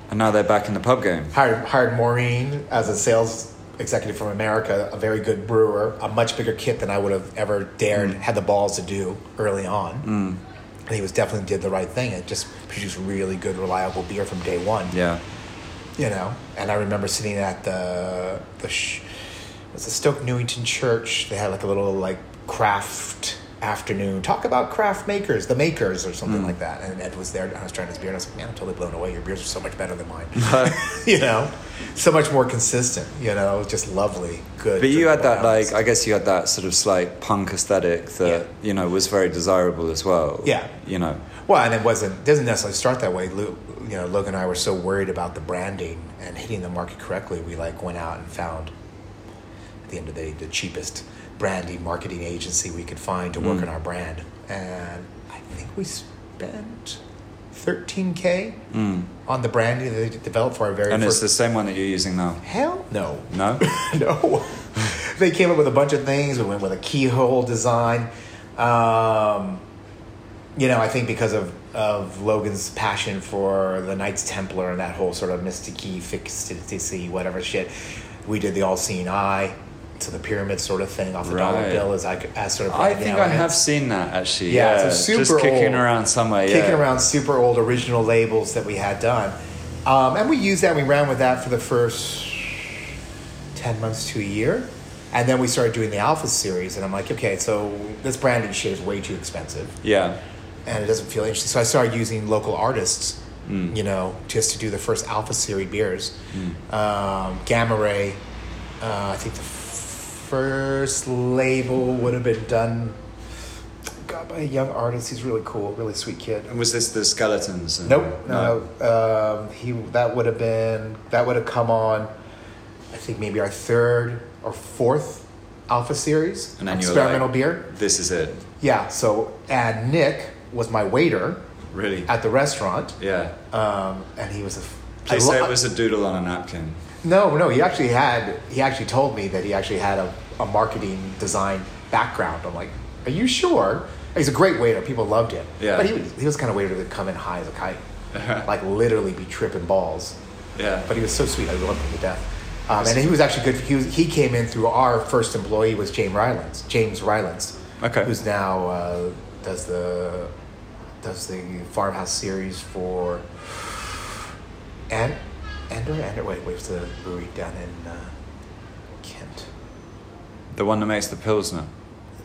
Speaker 1: And now they're back in the pub game.
Speaker 2: Hired hired Maureen as a sales executive from America, a very good brewer, a much bigger kit than I would have ever dared had the balls to do early on. And he was definitely did the right thing. It just produced really good, reliable beer from day one
Speaker 1: Yeah.
Speaker 2: you know. And I remember sitting at the the sh- it was the Stoke Newington Church. They had like a little like craft afternoon talk about craft makers, the makers or
Speaker 1: Mm.
Speaker 2: something like that. And Ed was there. and I was trying his beer, and I was like, man, I'm totally blown away. Your beers are so much better than mine. you know, so much more consistent. You know, just lovely, good.
Speaker 1: But you had that
Speaker 2: drinkable
Speaker 1: like
Speaker 2: rounds.
Speaker 1: I guess you had that sort of slight punk aesthetic that
Speaker 2: Yeah.
Speaker 1: you know was very desirable as well.
Speaker 2: Yeah.
Speaker 1: You know.
Speaker 2: Well, and it wasn't doesn't necessarily start that way. Lu you know, Logan and I were so worried about the branding and hitting the market correctly. We like went out and found at the end of the day the cheapest branding marketing agency we could find to work
Speaker 1: Mm.
Speaker 2: on our brand, and I think we spent thirteen k on the branding that they developed for our very
Speaker 1: Mm. And it's
Speaker 2: first.
Speaker 1: the same one that you're using now.
Speaker 2: Hell no
Speaker 1: No?
Speaker 2: no. they came up with a bunch of things. We went with a keyhole design. Um, you know, I think because of, of Logan's passion for the Knights Templar and that whole sort of mysticky, fixity, whatever shit, we did the all-seeing eye, so the pyramid sort of thing off the dollar
Speaker 1: Right.
Speaker 2: bill as I as sort of
Speaker 1: I
Speaker 2: like
Speaker 1: think
Speaker 2: now
Speaker 1: I have
Speaker 2: it's
Speaker 1: seen that actually.
Speaker 2: Yeah,
Speaker 1: Yeah.
Speaker 2: it's a super
Speaker 1: Just kicking
Speaker 2: old-
Speaker 1: around somewhere.
Speaker 2: kicking
Speaker 1: yeah.
Speaker 2: around super old original labels that we had done, um, and we used that. We ran with that for the first 10 months to a year. And then we started doing the Alpha series, and I'm like, okay, so this branding shit is way too expensive,
Speaker 1: Yeah.
Speaker 2: and it doesn't feel interesting. So I started using local artists, you know, just to do the first Alpha series beers. Um, Gamma Ray, uh, I think the f- first label would have been done God, by a young artist. He's really cool, really sweet kid.
Speaker 1: And was this the skeletons? and-
Speaker 2: Nope. No. Um, he that would have been that would have come on. I think maybe our third or fourth Alpha series
Speaker 1: And then you were
Speaker 2: experimental
Speaker 1: like-
Speaker 2: beer.
Speaker 1: This is it.
Speaker 2: Yeah. So and Nick was my waiter
Speaker 1: Really?
Speaker 2: at the restaurant,
Speaker 1: yeah.
Speaker 2: um, and he was a. I
Speaker 1: Please
Speaker 2: lo-
Speaker 1: say it was a doodle on a napkin.
Speaker 2: No, no. He actually had. He actually told me that he actually had a, a marketing design background. I'm like, Are you sure? He's a great waiter. People loved him.
Speaker 1: Yeah.
Speaker 2: But he was, he was the kind of waiter that would come in high as a kite, like literally be tripping balls.
Speaker 1: Yeah.
Speaker 2: But he was so sweet. I loved him to death. Um, and he was actually good. He, was, he came in through our first employee was James Rylands. James Rylands.
Speaker 1: Okay.
Speaker 2: Who's now uh, does the does the farmhouse series for and Ender Ender wait wait what's the brewery down in uh, Kent.
Speaker 1: the one that makes the pilsner,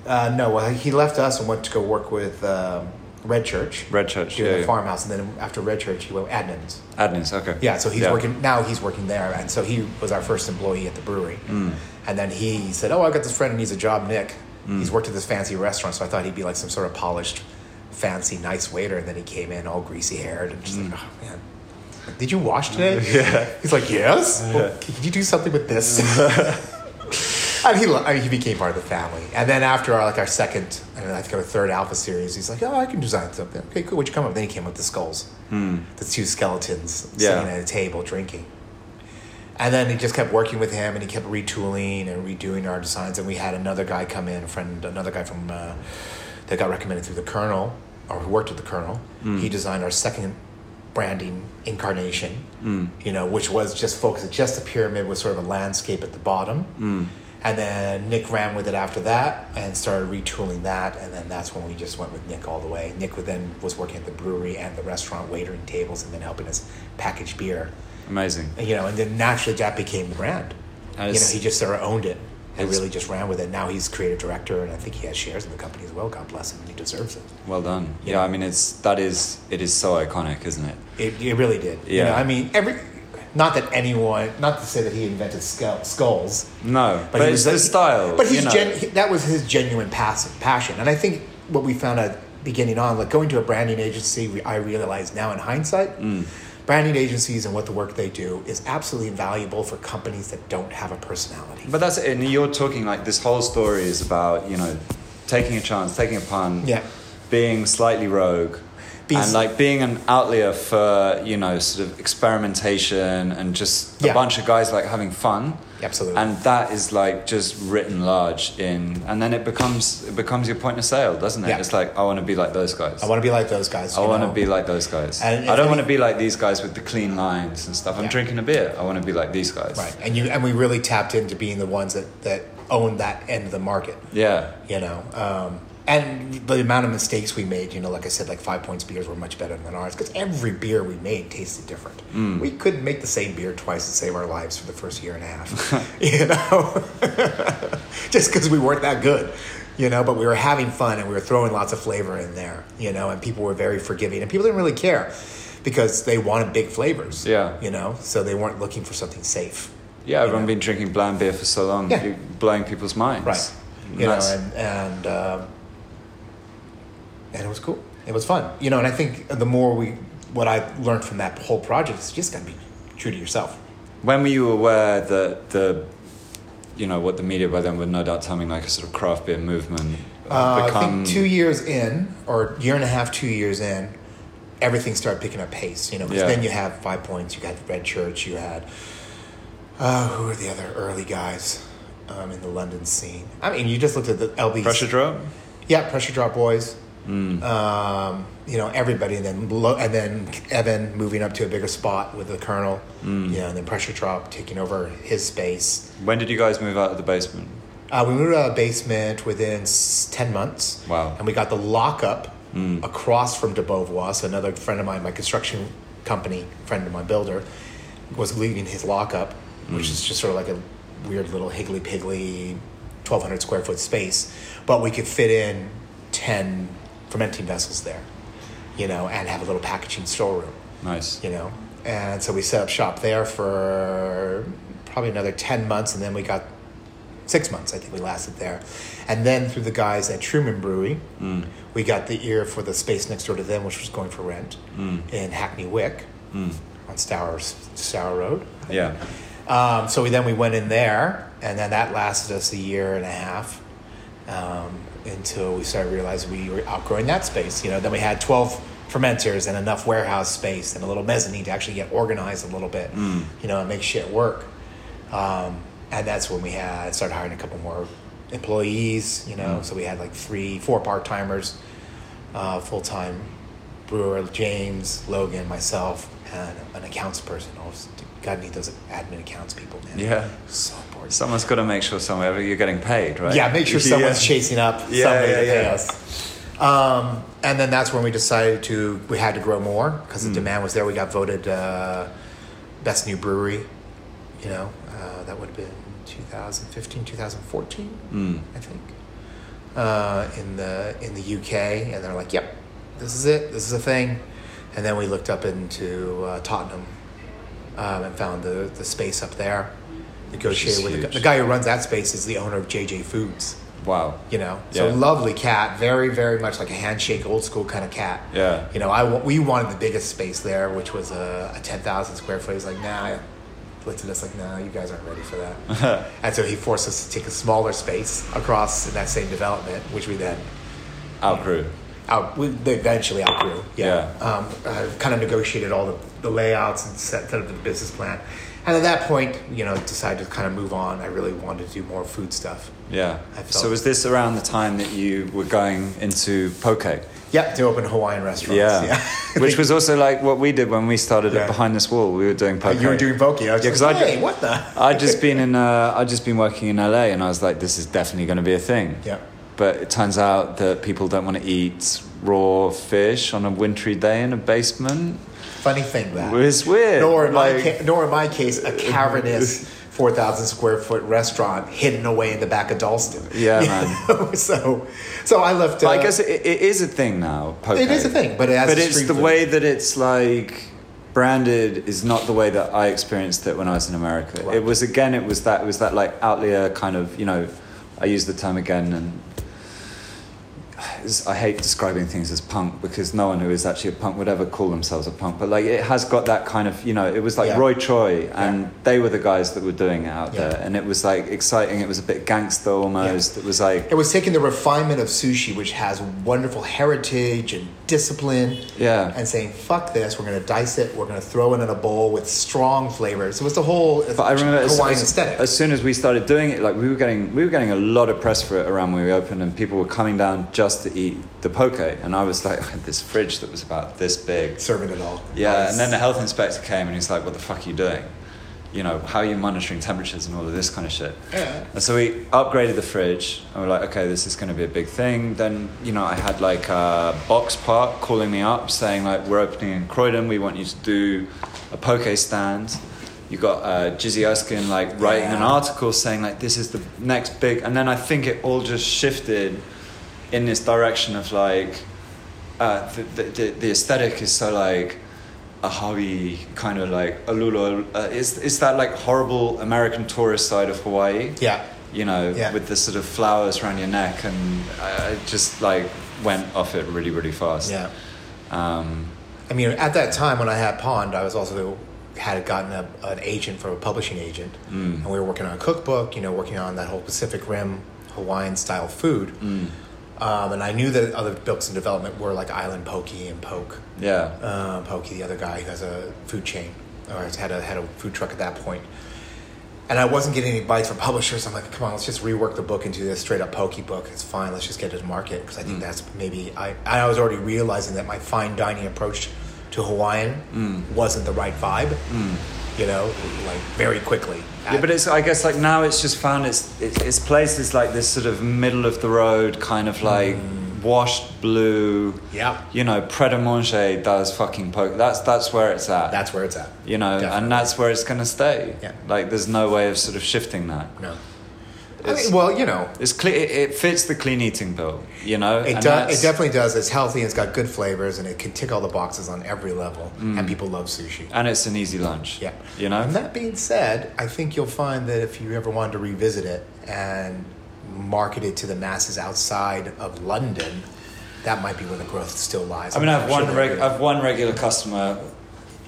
Speaker 2: Uh, no, well, he left us and went to go work with um, Red Church.
Speaker 1: Red Church,
Speaker 2: Doing
Speaker 1: yeah,
Speaker 2: the
Speaker 1: yeah.
Speaker 2: farmhouse, and then after Red Church, he went Adnan's.
Speaker 1: Adnins. Okay.
Speaker 2: Yeah, so he's working now. He's working there, and so he was our first employee at the brewery.
Speaker 1: Mm.
Speaker 2: And then he said, "Oh, I've got this friend who needs a job, Nick.
Speaker 1: Mm.
Speaker 2: He's worked at this fancy restaurant, so I thought he'd be like some sort of polished, fancy, nice waiter." And then he came in all greasy haired and just like, "Oh man, did you wash today?"
Speaker 1: Mm. Yeah. Mm.
Speaker 2: He's like, "Yes. Well, could you do something with this?" And he, lo- I mean, he became part of the family. And then after our, like our second, and I think our third Alpha series, he's like, "Oh, I can design something. Okay, cool. What'd you come up?" with?" Then he came up with the skulls, the two skeletons
Speaker 1: Yeah.
Speaker 2: sitting at a table drinking. And then he just kept working with him, and he kept retooling and redoing our designs. And we had another guy come in, a friend, another guy from uh, that got recommended through the Colonel, or who worked with the Colonel. He designed our second branding incarnation, you know, which was just focused just the pyramid with sort of a landscape at the bottom. And then Nick ran with it after that and started retooling that. And then that's when we just went with Nick all the way. Nick would then was working at the brewery and the restaurant, waitering tables, and then helping us package beer
Speaker 1: Amazing.
Speaker 2: you know, and then naturally that became the brand.
Speaker 1: That
Speaker 2: you
Speaker 1: is-
Speaker 2: know, he just sort of owned it and
Speaker 1: It's-
Speaker 2: really just ran with it. Now he's creative director, and I think he has shares in the company as well. God bless him, and he deserves it.
Speaker 1: Well done.
Speaker 2: Yeah.
Speaker 1: Yeah. I mean, it's that is it is so iconic, isn't it?
Speaker 2: It, it really did. You
Speaker 1: Yeah.
Speaker 2: know, I mean, every not that anyone, not to say that he invented skull, skulls,
Speaker 1: No, but,
Speaker 2: he
Speaker 1: it's
Speaker 2: was
Speaker 1: the
Speaker 2: like-
Speaker 1: style.
Speaker 2: But he's
Speaker 1: you know.
Speaker 2: gen, he- that was his genuine pass, passion, and I think what we found out beginning on, like going to a branding agency, we, I realize now in hindsight,
Speaker 1: Mm.
Speaker 2: branding agencies and what the work they do is absolutely invaluable for companies that don't have a personality.
Speaker 1: But that's it. And you're talking like this whole story is about you know taking a chance, taking a pun,
Speaker 2: Yeah.
Speaker 1: being slightly rogue,
Speaker 2: Being s-
Speaker 1: and like being an outlier for you know sort of experimentation and just
Speaker 2: Yeah.
Speaker 1: a bunch of guys like having fun.
Speaker 2: Absolutely.
Speaker 1: And that is like just written large in, and then it becomes it becomes your point of sale, doesn't it?
Speaker 2: Yeah.
Speaker 1: It's like I want to be like those guys.
Speaker 2: I want to be like those guys.
Speaker 1: I
Speaker 2: you
Speaker 1: want
Speaker 2: know?
Speaker 1: to be like those guys.
Speaker 2: And
Speaker 1: I
Speaker 2: if
Speaker 1: don't
Speaker 2: any-
Speaker 1: want to be like these guys with the clean lines and stuff. I'm
Speaker 2: Yeah.
Speaker 1: drinking a beer. I want to be like these guys.
Speaker 2: right, and you and we really tapped into being the ones that that own that end of the market.
Speaker 1: Yeah.
Speaker 2: You know, um, and the amount of mistakes we made. You know, like I said, like Five Points beers were much better than ours because every beer we made tasted different. We couldn't make the same beer twice to save our lives for the first year and a half. you know, just because we weren't that good. You know, but we were having fun and we were throwing lots of flavor in there. You know, and people were very forgiving and people didn't really care because they wanted big flavors.
Speaker 1: Yeah.
Speaker 2: you know, so they weren't looking for something safe.
Speaker 1: Yeah, everyone been drinking bland beer for so long,
Speaker 2: Yeah.
Speaker 1: you're blowing people's minds.
Speaker 2: Right.
Speaker 1: And
Speaker 2: You know,
Speaker 1: that's-
Speaker 2: and and um, and it was cool. It was fun. You know, and I think the more we, what I learned from that whole project is you just got to be true to yourself.
Speaker 1: when were you aware that the, you know, what the media by then would no doubt tell me, like a sort of craft beer movement had
Speaker 2: Uh, I
Speaker 1: become.
Speaker 2: think two years in, or year and a half, two years in, everything started picking up pace. You know, 'cause
Speaker 1: Yeah.
Speaker 2: then you have Five Points, you had Red Church, you had uh, who were the other early guys um, in the London scene? I mean, you just looked at the LBC.
Speaker 1: pressure drop?
Speaker 2: Yeah, pressure drop boys. Um, you know everybody, and then lo- and then Evan moving up to a bigger spot with the Colonel. You know, and then pressure drop taking over his space.
Speaker 1: When did you guys move out of the basement?
Speaker 2: Uh, we moved out of basement within s- ten months.
Speaker 1: Wow.
Speaker 2: And we got the lockup across from De Beauvoir. So another friend of mine, my construction company friend of my builder, was leaving his lockup, which is just sort of like a weird little higgly piggly, twelve hundred square foot space, but we could fit in ten fermenting vessels there, you know, and have a little packaging storeroom
Speaker 1: Nice.
Speaker 2: you know. And so we set up shop there for probably another 10 months, and then we got six months, I think we lasted there. And then through the guys at Truman Brewery, we got the ear for the space next door to them, which was going for rent in Hackney Wick on Stour, Stour Road.
Speaker 1: Yeah.
Speaker 2: Um, so we, then we went in there, and then that lasted us a year and a half um, until we started realizing we were outgrowing that space. You know, then we had twelve fermenters and enough warehouse space and a little mezzanine to actually get organized a little bit. You know, and make shit work. Um, and that's when we had started hiring a couple more employees, you know. So we had like three, four part timers, uh, full time brewer James, Logan, myself, and an accounts person. Oh, God, need those admin accounts people, man.
Speaker 1: Yeah.
Speaker 2: so important.
Speaker 1: Someone's got to make sure somewhere you're getting paid, right?
Speaker 2: Yeah, make sure someone's
Speaker 1: Yeah.
Speaker 2: chasing up
Speaker 1: Yeah,
Speaker 2: somebody
Speaker 1: yeah,
Speaker 2: to pay
Speaker 1: yeah.
Speaker 2: us. Um, and then that's when we decided to we had to grow more because
Speaker 1: Hmm.
Speaker 2: the demand was there. We got voted uh, best new brewery. You know, uh, that would have been 2015, 2014,
Speaker 1: Mm.
Speaker 2: I think, uh, in the in the UK. And they're like, "Yep, this is it. This is a thing." And then we looked up into uh, Tottenham um, and found the the space up there. Negotiated with the,
Speaker 1: huge.
Speaker 2: the guy who runs that space is the owner of JJ Foods.
Speaker 1: Wow.
Speaker 2: You know, so
Speaker 1: Yeah.
Speaker 2: lovely cat, very very much like a handshake, old school kind of cat.
Speaker 1: Yeah.
Speaker 2: You know, I wa- we wanted the biggest space there, which was a, a ten thousand square foot. He's like, nah. I Looked at us like, nah, you guys aren't ready for that. and so he forced us to take a smaller space across in that same development, which we then
Speaker 1: Outgrew.
Speaker 2: out we, they eventually outgrew. Yeah,
Speaker 1: Yeah.
Speaker 2: Um, I kind of negotiated all the, the layouts and set, set up the business plan, and at that point, you know, decided to kind of move on. I really wanted to do more food stuff.
Speaker 1: Yeah.
Speaker 2: I felt-
Speaker 1: So was this around the time that you were going into poke?
Speaker 2: Yep, to open Hawaiian restaurants.
Speaker 1: Yeah. Which was also like what we did when we started
Speaker 2: Yeah. Oh,
Speaker 1: at Behind This Wall. We were doing poke.
Speaker 2: you were doing Voki. I was
Speaker 1: Yeah, 'cause
Speaker 2: like,
Speaker 1: I-
Speaker 2: hey, what the?
Speaker 1: I'd just been in. Uh, I'd just been working in LA, and I was like, "This is definitely going to be a thing."
Speaker 2: Yeah.
Speaker 1: But it turns out that people don't want to eat raw fish on a wintry day in a basement.
Speaker 2: Funny thing that.
Speaker 1: It's weird.
Speaker 2: Nor in,
Speaker 1: Like-
Speaker 2: my ca- nor in my case, a cavernous 4,000 square foot restaurant hidden away in the back of Dalston.
Speaker 1: Yeah,
Speaker 2: You
Speaker 1: man.
Speaker 2: know? so, so I left.
Speaker 1: But
Speaker 2: uh,
Speaker 1: I guess it, it is a thing now. Poke.
Speaker 2: It is a thing, but it has
Speaker 1: but
Speaker 2: a
Speaker 1: it's
Speaker 2: street
Speaker 1: the
Speaker 2: food.
Speaker 1: way that it's like branded is not the way that I experienced it when I was in America.
Speaker 2: Right.
Speaker 1: It was again, it was that it was that like outlier kind of you know, I use the term again and. it's- I hate describing things as punk because no one who is actually a punk would ever call themselves a punk. But like, it has got that kind of you know. It was like
Speaker 2: Yeah.
Speaker 1: Roy Choi, and
Speaker 2: Yeah.
Speaker 1: they were the guys that were doing it out
Speaker 2: Yeah.
Speaker 1: there, and it was like exciting. It was a bit gangster almost. It was like
Speaker 2: It was taking the refinement of sushi, which has wonderful heritage and discipline,
Speaker 1: Yeah.
Speaker 2: and saying "fuck this," we're going to dice it, we're going to throw it in a bowl with strong flavors. So it was the whole
Speaker 1: But I remember as,
Speaker 2: Hawaiian
Speaker 1: as-
Speaker 2: aesthetic.
Speaker 1: as soon as we started doing it, like we were getting we were getting a lot of press for it around when we opened, and people were coming down just to eat the poke. And I was like, I had this fridge that was about this big.
Speaker 2: serving it all.
Speaker 1: Yeah,
Speaker 2: Nice.
Speaker 1: and then the health inspector came and he's like, "What the fuck are you doing? You know, how are you monitoring temperatures and all of this kind of shit?"
Speaker 2: Yeah.
Speaker 1: And so we upgraded the fridge, and we're like, "Okay, this is going to be a big thing." Then you know, I had like a box park calling me up saying like, "We're opening in Croydon. We want you to do a poke stand." You got uh, Jizzy Erskine like writing an
Speaker 2: Yeah.
Speaker 1: article saying like, "This is the next big," and then I think it all just shifted in this direction of like uh, the, the, the, the aesthetic is so like a hobby kind of like alulu uh, it's, it's that like horrible american tourist side of hawaii
Speaker 2: yeah,
Speaker 1: you know
Speaker 2: Yeah.
Speaker 1: with the sort of flowers around your neck and i I just like went off it really really fast
Speaker 2: yeah.
Speaker 1: um,
Speaker 2: I mean, at that time when I had Pond, I was also had gotten a, an agent from a publishing agent, and we were working on a cookbook. You know, working on that whole Pacific Rim Hawaiian style food.
Speaker 1: mm,
Speaker 2: Um, and I knew that other books in development were like Island Pokey and Poke.
Speaker 1: yeah
Speaker 2: Um, Pokey, the other guy who has a food chain or has had a had a food truck at that point. And I wasn't getting any bites from publishers. I'm like, come on, let's just rework the book into this straight up Pokey book. It's fine. Let's just get it to market because I
Speaker 1: Mm.
Speaker 2: think that's maybe I I was already realizing that my fine dining approach to Hawaiian
Speaker 1: Mm.
Speaker 2: wasn't the right vibe. You know, like very quickly.
Speaker 1: yeah, but it's I guess like now it's just found its its, its place is like this sort of middle of the road kind of like
Speaker 2: Mm.
Speaker 1: washed blue.
Speaker 2: Yeah.
Speaker 1: You know, Pret a Manger does fucking poke. That's that's where it's at.
Speaker 2: that's where it's at.
Speaker 1: you know,
Speaker 2: Definitely.
Speaker 1: and that's where it's going to stay.
Speaker 2: Yeah.
Speaker 1: Like, there's no way of sort of shifting that.
Speaker 2: no. I
Speaker 1: It's-
Speaker 2: mean, well, you know,
Speaker 1: It's clear, it, it fits the clean eating bill, you know?
Speaker 2: It
Speaker 1: and
Speaker 2: does.
Speaker 1: that's-
Speaker 2: It definitely does. It's healthy. It's got good flavors, and it can tick all the boxes on every level.
Speaker 1: Mm.
Speaker 2: And people love sushi.
Speaker 1: And it's an easy lunch.
Speaker 2: Yeah.
Speaker 1: You know?
Speaker 2: And that being said, I think you'll find that if you ever wanted to revisit it and market it to the masses outside of London, that might be where the growth still lies.
Speaker 1: I mean,
Speaker 2: I'm
Speaker 1: I've
Speaker 2: sure
Speaker 1: one,
Speaker 2: they're
Speaker 1: reg-
Speaker 2: gonna-
Speaker 1: I've one regular customer.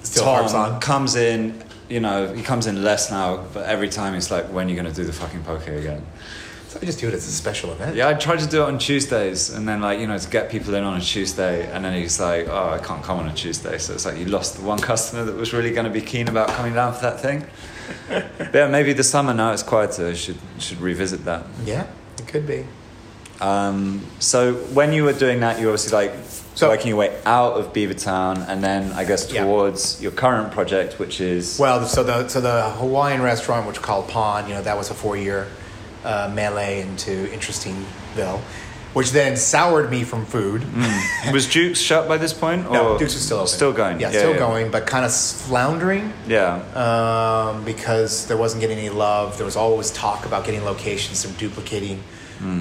Speaker 2: Still
Speaker 1: Tom
Speaker 2: harps on.
Speaker 1: comes in, you know, he comes in less now, but every time he's like, when are you going to do the fucking poke again?
Speaker 2: So I just do it as a special event.
Speaker 1: Yeah, I tried to do it on Tuesdays, and then like you know to get people in on a Tuesday, and then he's like, "Oh, I can't come on a Tuesday." So it's like you lost the one customer that was really going to be keen about coming down for that thing. But yeah, maybe the summer now it's quieter. Should should revisit that.
Speaker 2: Yeah. It could be.
Speaker 1: Um, so when you were doing that, you were obviously like
Speaker 2: So-
Speaker 1: working your way out of Beavertown, and then I guess
Speaker 2: Yeah.
Speaker 1: towards your current project, which is
Speaker 2: Well, so the so the Hawaiian restaurant, which was called Pond, you know, that was a four year uh, melee into Interestingville, which then soured me from food.
Speaker 1: Mm. was Duke's shut by this point? Or
Speaker 2: No, Dukes is still open.
Speaker 1: Oh, Still going.
Speaker 2: Yeah, still going, but kind of floundering
Speaker 1: Yeah.
Speaker 2: um, because there wasn't getting any love. There was always talk about getting locations and duplicating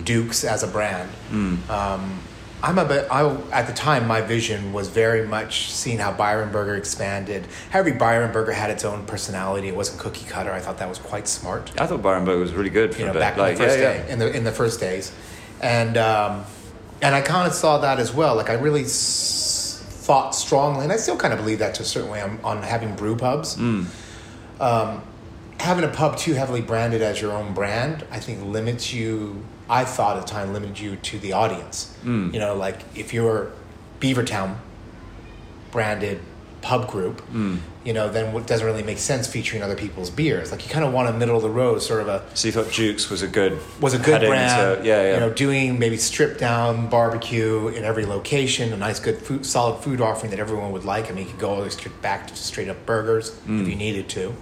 Speaker 2: Dukes as a brand. Um, I'm a bit, I, at the time, my vision was very much seeing how Byron Burger expanded. Every Byron Burger had its own personality. It wasn't cookie cutter. I thought that was quite smart
Speaker 1: I thought Barenberg was really good for
Speaker 2: you know,
Speaker 1: a bit.
Speaker 2: back
Speaker 1: like,
Speaker 2: in the first
Speaker 1: yeah,
Speaker 2: day,
Speaker 1: yeah.
Speaker 2: in the in the first days, and um, and I kind of saw that as well. Like I really s- thought strongly, and I still kind of believe that to a certain way on, on having brew pubs.
Speaker 1: Hmm.
Speaker 2: Um, having a pub too heavily branded as your own brand, I think limits you. I thought at the time limited you to the audience.
Speaker 1: Hmm.
Speaker 2: You know, like if you're Beavertown branded pub group,
Speaker 1: Hmm.
Speaker 2: you know, then it doesn't really make sense featuring other people's beers. Like you kind of want a middle of the road, sort of a
Speaker 1: So you thought Duke's was a good
Speaker 2: was a good
Speaker 1: heading
Speaker 2: brand.
Speaker 1: to- yeah, yeah.
Speaker 2: You know, doing maybe stripped down barbecue in every location, a nice, good, food, solid food offering that everyone would like. I mean, you could go all the way straight back to straight up burgers
Speaker 1: Mm.
Speaker 2: if you needed to.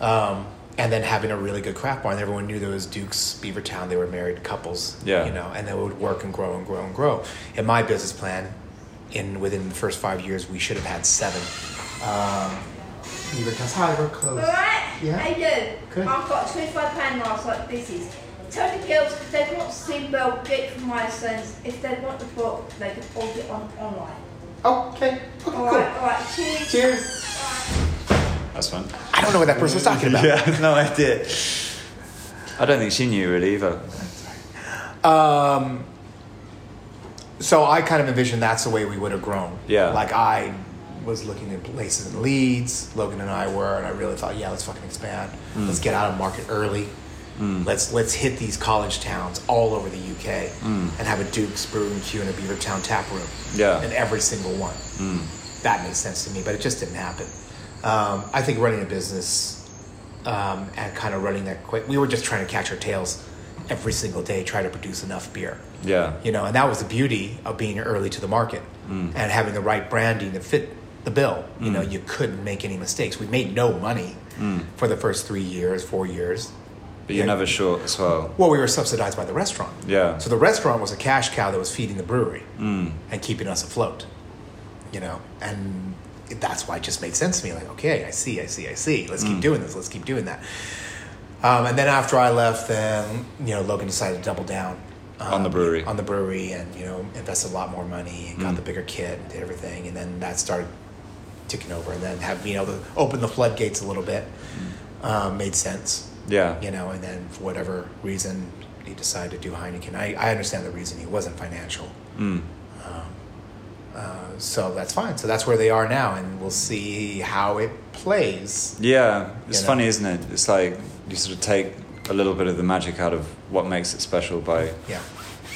Speaker 2: Um, and then having a really good craft bar, and everyone knew there was Duke's Beavertown. They were married couples,
Speaker 1: Yeah.
Speaker 2: you know, and they would work and grow and grow and grow. In my business plan, in within the first five years, we should have had seven. Um, Beavertown's however close.
Speaker 4: Alright?
Speaker 2: Yeah.
Speaker 4: I do.
Speaker 2: Good.
Speaker 4: I've got 25 pound last like this is. Tell the girls if they want to see Bell get from my sons, if they want the book, they can order it on online.
Speaker 2: Okay, cool.
Speaker 4: Alright, alright, cheers.
Speaker 2: Cheers.
Speaker 1: That's fun.
Speaker 2: I don't know what that person was talking about.
Speaker 1: Yeah, I have no idea. I don't think she knew really either.
Speaker 2: Um, so I kind of envisioned that's the way we would have grown.
Speaker 1: Yeah.
Speaker 2: Like I was looking at places in Leeds, Logan and I were, and I really thought, yeah, let's fucking expand.
Speaker 1: Hmm.
Speaker 2: Let's get out of market early. Let's let's hit these college towns all over the UK and have a Duke's Brewing Q and a Beavertown tap room.
Speaker 1: Hmm. Yeah. Hmm.
Speaker 2: In every single one. That made sense to me, but it just didn't happen. Um, I think running a business um, and kind of running that quick, we were just trying to catch our tails every single day, try to produce enough beer
Speaker 1: Yeah.
Speaker 2: you know and that was the beauty of being early to the market and having the right branding to fit the bill you know you couldn't make any mistakes we made no money for the first three years four years
Speaker 1: But you're never short as well.
Speaker 2: well we were subsidized by the restaurant
Speaker 1: Yeah. Mm.
Speaker 2: so the restaurant was a cash cow that was feeding the brewery and keeping us afloat you know and that's why it just made sense to me like okay i see i see i see let's
Speaker 1: Mm.
Speaker 2: keep doing this let's keep doing that um, and then after i left then you know logan decided to double down um,
Speaker 1: On the brewery. Mm.
Speaker 2: on the brewery and you know invested a lot more money and got the bigger kit and did everything and then that started ticking over and then have being able to open the floodgates a little bit
Speaker 1: Mm.
Speaker 2: um, made sense
Speaker 1: Yeah.
Speaker 2: you know, and then for whatever reason he decided to do Heineken. I, I understand the reason he wasn't financial.
Speaker 1: Mm.
Speaker 2: Uh, so that's fine. So that's where they are now, and we'll see how it plays.
Speaker 1: Yeah. It's
Speaker 2: You know.
Speaker 1: funny, isn't it? It's like you sort of take a little bit of the magic out of what makes it special by
Speaker 2: Yeah.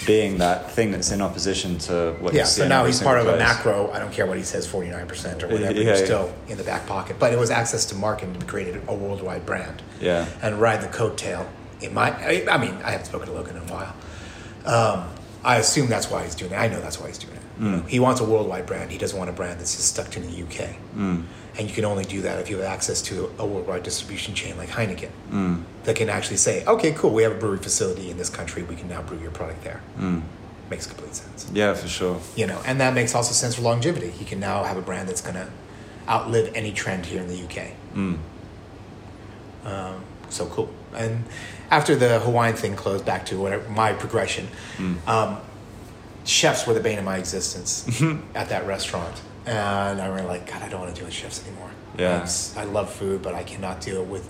Speaker 1: being that thing that's in opposition to what
Speaker 2: Yeah.
Speaker 1: you see.
Speaker 2: So
Speaker 1: in
Speaker 2: now
Speaker 1: every
Speaker 2: he's part of
Speaker 1: single
Speaker 2: a
Speaker 1: place.
Speaker 2: macro. I don't care what he says, 49% or
Speaker 1: Yeah,
Speaker 2: whatever. he's
Speaker 1: yeah.
Speaker 2: still in the back pocket. But it was access to market and created a worldwide brand.
Speaker 1: Yeah.
Speaker 2: and ride the coattail. It might. I I mean, I haven't spoken to Logan in a while. Um, I assume that's why he's doing it. I know that's why he's doing it. He wants a worldwide brand. He doesn't want a brand that's just stuck to the UK. And you can only do that if you have access to a worldwide distribution chain like Heineken that can actually say, "Okay, cool. We have a brewery facility in this country. We can now brew your product there." Makes complete sense.
Speaker 1: Yeah, for sure.
Speaker 2: You know, and that makes also sense for longevity. He can now have a brand that's going to outlive any trend here in the UK.
Speaker 1: Mm.
Speaker 2: Um, so cool. And after the Hawaiian thing closed, back to whatever, my progression. Um, chefs were the bane of my existence at that restaurant, and I was like, God, I don't want to deal with chefs anymore.
Speaker 1: Yeah.
Speaker 2: I'm s- I love food, but I cannot deal with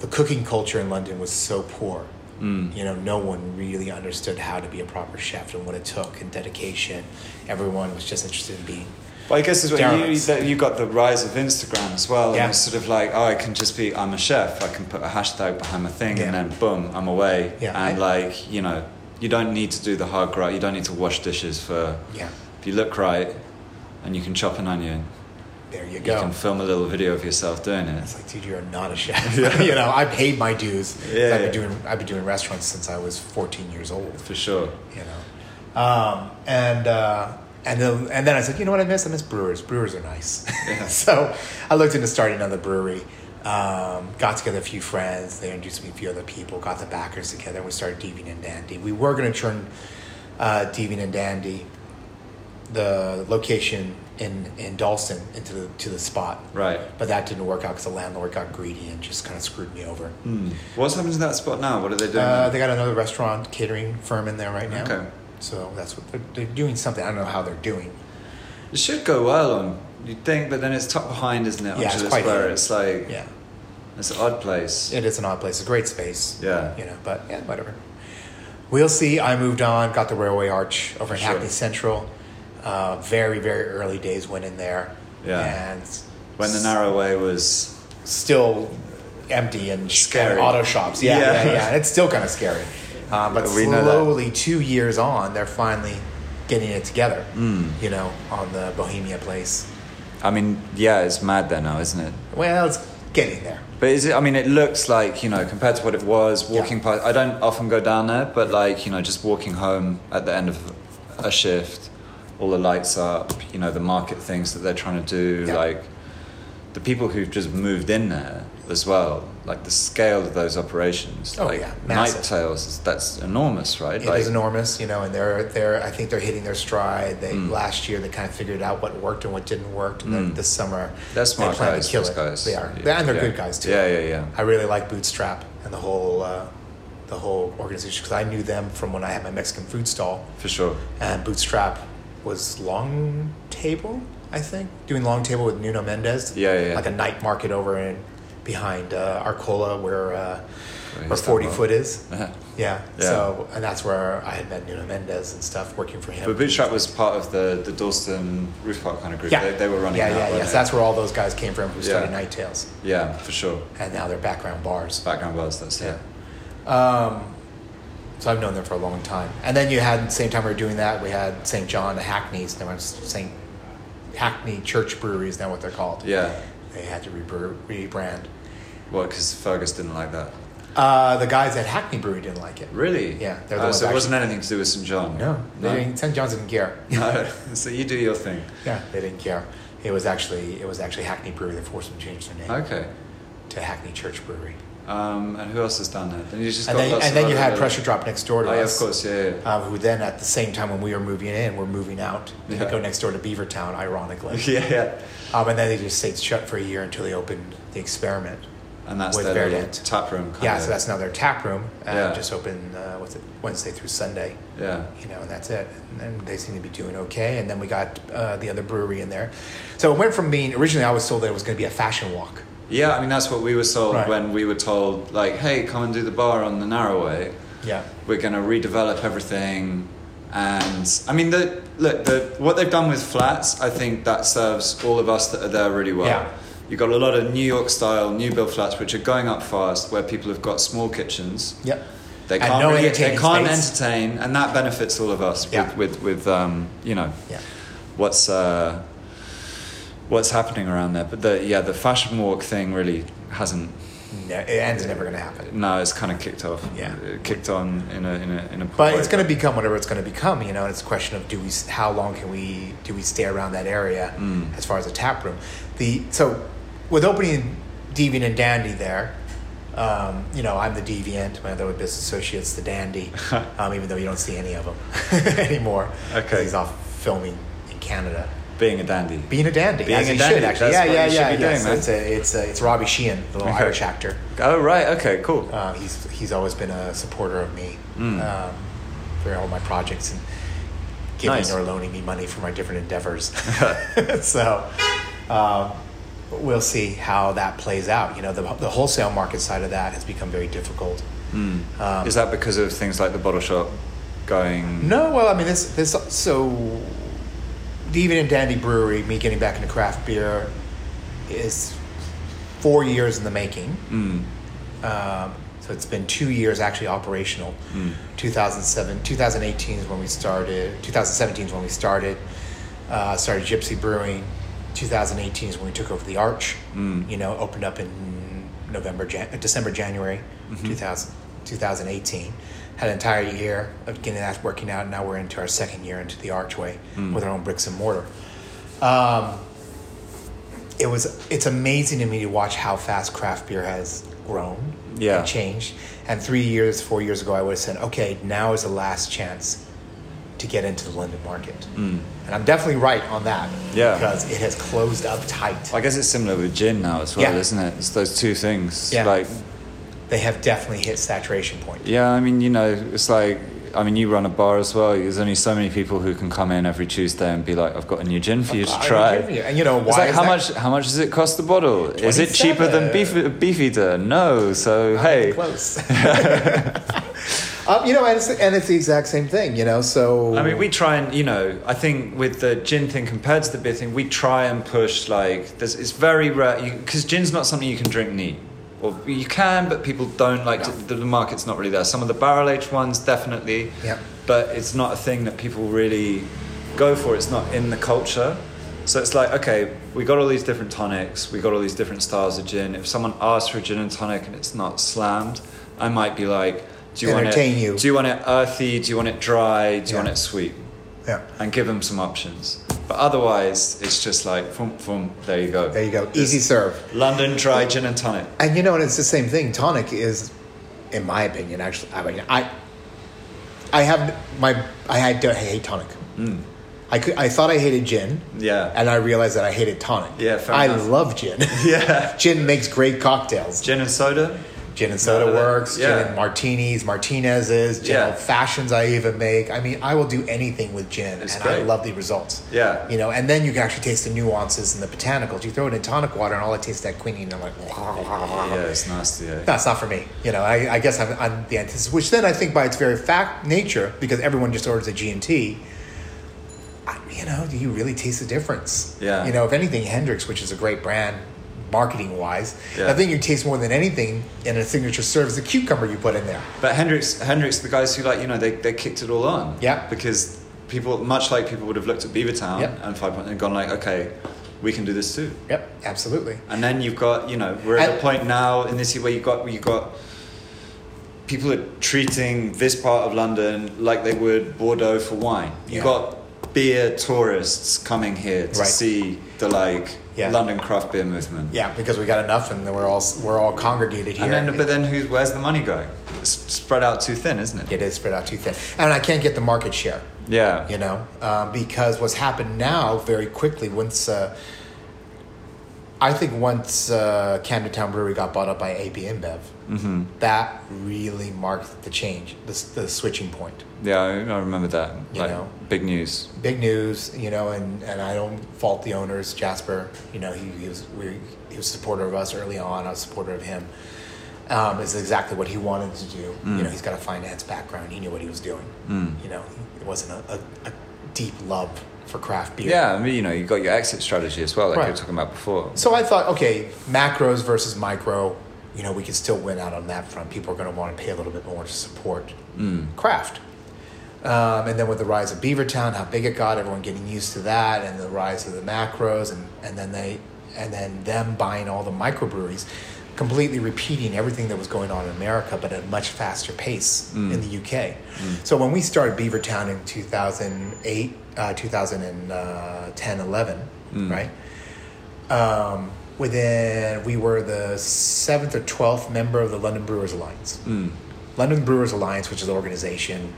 Speaker 2: the cooking culture in London was so poor.
Speaker 1: Hmm.
Speaker 2: You know, no one really understood how to be a proper chef and what it took and dedication. Everyone was just interested in being
Speaker 1: But I guess is what you,
Speaker 2: Darren's.
Speaker 1: that you got the rise of Instagram as well.
Speaker 2: Yeah.
Speaker 1: And it's sort of like, oh, I can just be, I'm a chef. I can put a hashtag behind my thing
Speaker 2: Yeah.
Speaker 1: and then boom, I'm away.
Speaker 2: Yeah,
Speaker 1: And
Speaker 2: I-
Speaker 1: like, you know, you don't need to do the hard grind. You don't need to wash dishes for,
Speaker 2: yeah,
Speaker 1: if you look right and you can chop an onion,
Speaker 2: There you
Speaker 1: You
Speaker 2: go.
Speaker 1: can film a little video of yourself doing
Speaker 2: It's
Speaker 1: it.
Speaker 2: like, dude, you're not a chef. you know, I paid my dues.
Speaker 1: Yeah.
Speaker 2: I've been doing I've been doing restaurants since I was 14 years old.
Speaker 1: For sure.
Speaker 2: You know, um, and uh, and then, and then I said, you know what I miss? I miss brewers. Brewers are nice. so I looked into starting another brewery. Um, got together a few friends. They introduced me to a few other people. Got the backers together. and We started Deviant and Dandy. We were going to turn uh, Deviant and Dandy, the location in in Dalston, into the to the spot
Speaker 1: Right.
Speaker 2: but that didn't work out because the landlord got greedy and just kind of screwed me over.
Speaker 1: What's happened to that spot now? What are they doing?
Speaker 2: Hmm. Uh,
Speaker 1: now?
Speaker 2: they got another restaurant catering firm in there right now.
Speaker 1: Okay.
Speaker 2: So that's what they're, they're doing something. I don't know how they're doing.
Speaker 1: It should go well on you'd think, but then it's tucked behind, isn't it? onto
Speaker 2: Yeah, it's
Speaker 1: this
Speaker 2: quite
Speaker 1: where
Speaker 2: hidden.
Speaker 1: it's like
Speaker 2: Yeah.
Speaker 1: it's an odd place.
Speaker 2: It is an odd place. It's a great space.
Speaker 1: Yeah.
Speaker 2: You know, but yeah, whatever. We'll see. I moved on, got the railway arch over in
Speaker 1: Sure.
Speaker 2: Hackney Central. Uh, very, very early days went in there.
Speaker 1: Yeah.
Speaker 2: And
Speaker 1: When the narrow way was
Speaker 2: still empty and
Speaker 1: Scary.
Speaker 2: scary auto shops. Yeah,
Speaker 1: Yeah.
Speaker 2: yeah, yeah. It's still kind of scary. Um, but
Speaker 1: We know that.
Speaker 2: slowly, two years on, they're finally getting it together.
Speaker 1: Hmm.
Speaker 2: You know, on the Bohemia place.
Speaker 1: I mean, yeah, it's mad there now, isn't it?
Speaker 2: Well, it's getting there.
Speaker 1: But is it? I mean, it looks like you know, compared to what it was walking past. I don't often go down there, but like you know, just walking home at the end of a shift, all the lights up. You know, the market things that they're trying to do,
Speaker 2: Yeah.
Speaker 1: like the people who've just moved in there as well. Like the scale of those operations.
Speaker 2: Oh,
Speaker 1: like
Speaker 2: yeah,
Speaker 1: Night
Speaker 2: massive.
Speaker 1: Tales, is- that's enormous, right?
Speaker 2: It is
Speaker 1: like,
Speaker 2: enormous, you know, and they're they're. I think they're hitting their stride. They
Speaker 1: Mm.
Speaker 2: last year they kind of figured out what worked and what didn't work, and then this summer
Speaker 1: They're Mm. smart
Speaker 2: they plan
Speaker 1: guys.
Speaker 2: to kill
Speaker 1: those
Speaker 2: it.
Speaker 1: guys.
Speaker 2: They are,
Speaker 1: Yeah,
Speaker 2: and they're
Speaker 1: yeah.
Speaker 2: good guys too.
Speaker 1: Yeah, yeah, yeah.
Speaker 2: I really like Bootstrap and the whole uh, the whole organization because I knew them from when I had my Mexican food stall,
Speaker 1: For sure.
Speaker 2: and Bootstrap was Long Table, I think, doing Long Table with Nuno Mendez.
Speaker 1: Yeah, yeah, yeah.
Speaker 2: Like a night market over in behind uh, Arcola where uh,
Speaker 1: he's
Speaker 2: where
Speaker 1: done
Speaker 2: Forty
Speaker 1: well.
Speaker 2: Foot is. Yeah.
Speaker 1: Yeah.
Speaker 2: So and that's where I had met Nuno Mendez and stuff working for him.
Speaker 1: But Bootstrap was part of the the Dalston Roof Park kind of group.
Speaker 2: yeah,
Speaker 1: They, they were running.
Speaker 2: Yeah,
Speaker 1: that,
Speaker 2: yeah,
Speaker 1: weren't
Speaker 2: yeah. So
Speaker 1: they?
Speaker 2: that's where all those guys came from who
Speaker 1: Yeah.
Speaker 2: started Night Tales,
Speaker 1: Yeah, for sure.
Speaker 2: and now they're background bars.
Speaker 1: Background was that's it.
Speaker 2: Um, so I've known them for a long time. And then you had, same time we were doing that, we had St. John, the Hackneys, now it's St. Hackney Church Brewery is now what they're called.
Speaker 1: Yeah.
Speaker 2: They had to rebrew- rebrand.
Speaker 1: Well, because Fergus didn't like that.
Speaker 2: Uh, the guys at Hackney Brewery didn't like it.
Speaker 1: Really?
Speaker 2: Yeah, they're the
Speaker 1: Oh,
Speaker 2: ones
Speaker 1: so it wasn't anything to do with St John.
Speaker 2: No, they
Speaker 1: No.
Speaker 2: didn't, St. John's didn't care.
Speaker 1: no. so you do your thing.
Speaker 2: yeah, they didn't care. It was actually it was actually Hackney Brewery that forced them to change their name
Speaker 1: Okay.
Speaker 2: to Hackney Church Brewery.
Speaker 1: Um, and who else has done that? Then you just
Speaker 2: And
Speaker 1: got
Speaker 2: then,
Speaker 1: lots
Speaker 2: and then
Speaker 1: of
Speaker 2: you
Speaker 1: other
Speaker 2: had
Speaker 1: little-
Speaker 2: Pressure Drop next door to
Speaker 1: Oh, yeah,
Speaker 2: us.
Speaker 1: of course. Yeah. yeah.
Speaker 2: um, who then at the same time when we were moving in were moving out to
Speaker 1: Yeah.
Speaker 2: go next door to beavertown ironically
Speaker 1: yeah. yeah.
Speaker 2: um, and then they just stayed shut for a year until they opened the experiment
Speaker 1: And that's
Speaker 2: With
Speaker 1: their little
Speaker 2: Verdant.
Speaker 1: tap room. Kind
Speaker 2: yeah
Speaker 1: of,
Speaker 2: so that's now their tap room and
Speaker 1: Yeah.
Speaker 2: just open uh, what's it wednesday through sunday
Speaker 1: yeah.
Speaker 2: you know and that's it and then they seem to be doing okay and then we got uh, the other brewery in there so it went from being originally i was told that it was going to be a fashion walk
Speaker 1: Yeah, I mean that's what we were sold
Speaker 2: Right.
Speaker 1: when we were told like, hey, come and do the bar on the narrow way.
Speaker 2: yeah
Speaker 1: we're going to redevelop everything and i mean the look the what they've done with flats i think that serves all of us that are there really well
Speaker 2: Yeah.
Speaker 1: you've got a lot of new york style new build flats which are going up fast where people have got small kitchens
Speaker 2: yep
Speaker 1: they
Speaker 2: And
Speaker 1: can't,
Speaker 2: no
Speaker 1: really, they
Speaker 2: entertaining
Speaker 1: can't
Speaker 2: space.
Speaker 1: entertain and that benefits all of us
Speaker 2: Yeah.
Speaker 1: with with, with um, you know
Speaker 2: yeah
Speaker 1: what's uh, what's happening around there but the yeah the fashion walk thing really hasn't
Speaker 2: no, it ends never going to happen
Speaker 1: no it's kind of kicked off
Speaker 2: Yeah.
Speaker 1: It kicked on in a in a in a poor
Speaker 2: But
Speaker 1: way,
Speaker 2: it's going to become whatever it's going to become, you know. And it's a question of do we, how long can we, do we stay around that area
Speaker 1: Mm.
Speaker 2: as far as the tap room? The so with opening Deviant and Dandy there, um, you know, I'm the Deviant, my other business associate's the Dandy, um, even though you don't see any of them anymore. 'cause
Speaker 1: Okay.
Speaker 2: he's off filming in Canada.
Speaker 1: being a dandy
Speaker 2: Being a dandy,
Speaker 1: Being
Speaker 2: as
Speaker 1: a
Speaker 2: he
Speaker 1: dandy,
Speaker 2: should actually.
Speaker 1: that's what
Speaker 2: yeah, yeah,
Speaker 1: you should
Speaker 2: yeah.
Speaker 1: be
Speaker 2: yeah.
Speaker 1: doing,
Speaker 2: So
Speaker 1: man.
Speaker 2: it's a, it's a, it's Robbie Sheehan, the little
Speaker 1: Okay.
Speaker 2: Irish actor.
Speaker 1: Oh right, okay, cool.
Speaker 2: Uh, he's he's always been a supporter of me um, for all my projects and giving
Speaker 1: Nice.
Speaker 2: or loaning me money for my different endeavors. so um, we'll see how that plays out. You know, the, the wholesale market side of that has become very difficult.
Speaker 1: Hmm.
Speaker 2: Um,
Speaker 1: Is that because of things like the bottle shop going?
Speaker 2: no, well, I mean this this so Deviant and Dandy Brewery, me getting back into craft beer, is four years in the making.
Speaker 1: Mm,
Speaker 2: Um, so it's been two years actually operational. 2007, 2018 is when we started. 2017 is when we started. Uh, started Gypsy Brewing, 2018 is when we took over the Arch.
Speaker 1: Mm.
Speaker 2: You know, opened up in November, Jan- uh, December, January, 2000, 2018. Had an entire year of getting that working out. Now we're into our second year into the Archway with our own bricks and mortar. Um, it was it's amazing to me to watch how fast craft beer has grown
Speaker 1: Yeah.
Speaker 2: and changed. And three years, four years ago, I would have said, okay, now is the last chance to get into the London market. And I'm definitely right on that.
Speaker 1: Mm. Yeah.
Speaker 2: Because it has closed up tight.
Speaker 1: I guess it's similar with gin now as well,
Speaker 2: Yeah.
Speaker 1: isn't it? It's those two things.
Speaker 2: Yeah.
Speaker 1: Like,
Speaker 2: they have definitely hit saturation point.
Speaker 1: yeah, I mean, you know, it's like, I mean, you run a bar as well. There's only so many people who can come in every Tuesday and be like, I've got a new gin for you to
Speaker 2: I'll
Speaker 1: try.
Speaker 2: give you- And you know why?
Speaker 1: It's like
Speaker 2: is
Speaker 1: how
Speaker 2: that-
Speaker 1: much? How much does it cost the bottle? Is it cheaper than beef,
Speaker 2: 27.
Speaker 1: beef eater? No. So hey,
Speaker 2: close. um, you know, and it's, and it's the exact same thing. You know, so
Speaker 1: I mean, we try and you know, I think with the gin thing compared to the beer thing, we try and push like there's, it's very rare because gin's not something you can drink neat, or you can, but people don't like to, the, the market's not really there. Some of the barrel aged ones definitely,
Speaker 2: Yep.
Speaker 1: but it's not a thing that people really go for. It's not in the culture. So it's like, okay, we got all these different tonics, we got all these different styles of gin. If someone asks for a gin and tonic and it's not slammed, I might be like, do you want
Speaker 2: Entertain
Speaker 1: it,
Speaker 2: you.
Speaker 1: Do you want it earthy? Do you want it dry? Do you
Speaker 2: Yeah.
Speaker 1: want it sweet?
Speaker 2: yeah.
Speaker 1: And give them some options. But otherwise, it's just like, from, from there you go.
Speaker 2: There you go. Easy serve.
Speaker 1: London dry gin and tonic.
Speaker 2: And you know, and it's the same thing. Tonic is, in my opinion, actually. I mean, I, I have my I, I don't I hate tonic.
Speaker 1: Mm.
Speaker 2: I could, I thought I hated gin.
Speaker 1: Yeah.
Speaker 2: And I realized that I hated tonic.
Speaker 1: Yeah, fair
Speaker 2: I
Speaker 1: enough.
Speaker 2: love gin.
Speaker 1: Yeah.
Speaker 2: gin makes great cocktails.
Speaker 1: Gin and soda?
Speaker 2: Gin and soda
Speaker 1: None of that.
Speaker 2: works.
Speaker 1: Yeah.
Speaker 2: Gin and martinis, martinezes, gin
Speaker 1: Yeah.
Speaker 2: old fashions. I even make. I mean, I will do anything with gin,
Speaker 1: It's
Speaker 2: and I
Speaker 1: great.
Speaker 2: love the results.
Speaker 1: Yeah.
Speaker 2: You know, and then you can actually taste the nuances and the botanicals. You throw it in tonic water, and all I taste is that quinine. And I'm like,
Speaker 1: Yeah, it's nasty. eh?
Speaker 2: that's not for me. You know, I, I guess I'm, I'm the antithesis. Which then I think by its very fact nature, because everyone just orders a G&T, I, you know, do you really taste the difference?
Speaker 1: Yeah.
Speaker 2: You know, if anything, Hendrix, which is a great brand marketing wise,
Speaker 1: Yeah.
Speaker 2: I think you taste more than anything in a signature serve is the cucumber you put in there.
Speaker 1: But Hendrix, Hendrix, the guys who like you know they, they kicked it all on.
Speaker 2: Yeah.
Speaker 1: Because people, much like people would have looked at Beavertown
Speaker 2: Yep.
Speaker 1: and Five Point and gone like, okay, we can do this too.
Speaker 2: Yep, absolutely.
Speaker 1: And then you've got you know we're at
Speaker 2: And-
Speaker 1: the point now in this year where you've got where you've got people are treating this part of London like they would Bordeaux for wine. You've
Speaker 2: Yeah.
Speaker 1: got beer tourists coming here to
Speaker 2: Right.
Speaker 1: see the like
Speaker 2: Yeah.
Speaker 1: London craft beer movement.
Speaker 2: Yeah, because we got enough, and we're all we're all congregated here.
Speaker 1: And then, but then, who? Where's the money going? It's spread out too thin, isn't it?
Speaker 2: it is spread out too thin, and I can't get the market share.
Speaker 1: Yeah.
Speaker 2: you know um, because what's happened now very quickly once uh, i think once uh, camden town brewery got bought up by ab inbev
Speaker 1: Mm-hmm.
Speaker 2: that really marked the change the, s- the switching point
Speaker 1: Yeah, I I remember that.
Speaker 2: You
Speaker 1: like,
Speaker 2: know?
Speaker 1: big news.
Speaker 2: big news you know and, and i don't fault the owners jasper you know he, he was we, he was a supporter of us early on i was a supporter of him um, is exactly what he wanted to do you know he's got a finance background he knew what he was doing you know it wasn't a, a, a deep love for craft beer
Speaker 1: Yeah, I mean, you know, you got your exit strategy as well, like you
Speaker 2: Right.
Speaker 1: were talking about before.
Speaker 2: So I thought, okay, macros versus micro, you know, we could still win out on that front. People are going to want to pay a little bit more to support craft. Um, and then with the rise of Beavertown, how big it got, everyone getting used to that, and the rise of the macros, and, and then they, and then them buying all the microbreweries, completely repeating everything that was going on in America, but at a much faster pace in the UK. So when we started Beavertown in 2008, uh, 2010, 11, uh, right? um, within we were the seventh or twelfth member of the London Brewers Alliance. London Brewers Alliance, which is an organization,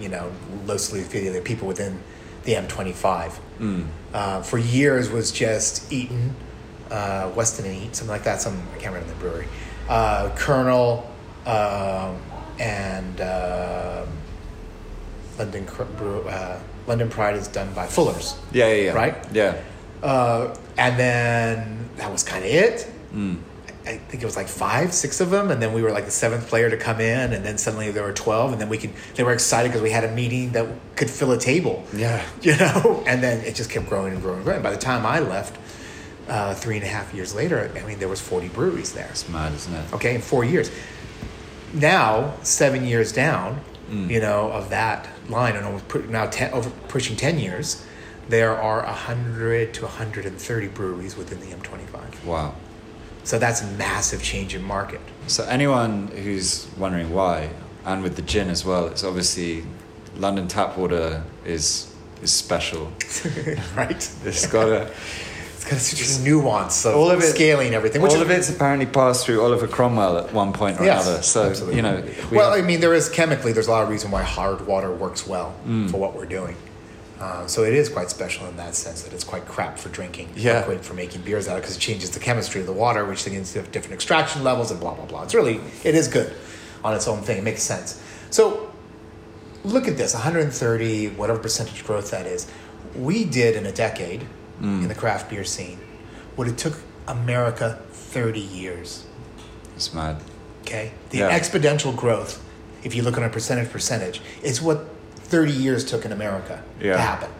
Speaker 2: you know, loosely affiliated people within the M25. Uh, for years was just Eaton, uh, Weston and Eaton, something like that. Some I can't remember the brewery. Uh, Colonel um, and um London Cr- Brew, uh, London Pride is done by Fuller's.
Speaker 1: Yeah, yeah, yeah.
Speaker 2: Right?
Speaker 1: Yeah.
Speaker 2: Uh, and then that was kind of it. I I think it was like five, six of them, and then we were like the seventh player to come in, and then suddenly there were twelve, and then we could. They were excited because we had a meeting that could fill a table.
Speaker 1: Yeah.
Speaker 2: you know. And then it just kept growing and growing and growing. By the time I left, uh, three and a half years later, I mean, there was forty breweries there
Speaker 1: It's mad, isn't it?
Speaker 2: okay in four years now seven years
Speaker 1: Mm.
Speaker 2: down you know of that line and almost pu- now ten, over pushing 10 years there are 100 to 130 breweries within the M25.
Speaker 1: Wow.
Speaker 2: So that's a massive change in market.
Speaker 1: So anyone who's wondering why, and with the gin as well, it's obviously London tap water is is special.
Speaker 2: right?
Speaker 1: It's got a
Speaker 2: It's got such a nuance of
Speaker 1: all of it
Speaker 2: scaling everything. Which
Speaker 1: all
Speaker 2: is-
Speaker 1: of it's apparently passed through Oliver Cromwell at one point or
Speaker 2: Yes,
Speaker 1: another. So
Speaker 2: absolutely.
Speaker 1: you know, we
Speaker 2: well,
Speaker 1: have-
Speaker 2: I mean, there is chemically, there's a lot of reason why hard water works well
Speaker 1: Mm.
Speaker 2: for what we're doing. Uh, so it is quite special in that sense that it's quite crap for drinking
Speaker 1: Yeah.
Speaker 2: liquid for making beers out of because it changes the chemistry of the water, which then leads to different extraction levels and blah blah blah. It's really it is good on its own thing. It makes sense. So look at this 130 whatever percentage growth that is we did in a decade
Speaker 1: Mm.
Speaker 2: in the craft beer scene what it took america 30 years
Speaker 1: it's mad.
Speaker 2: okay the
Speaker 1: Yeah.
Speaker 2: exponential growth if you look on a percentage percentage is what 30 years took in america
Speaker 1: Yeah.
Speaker 2: to happen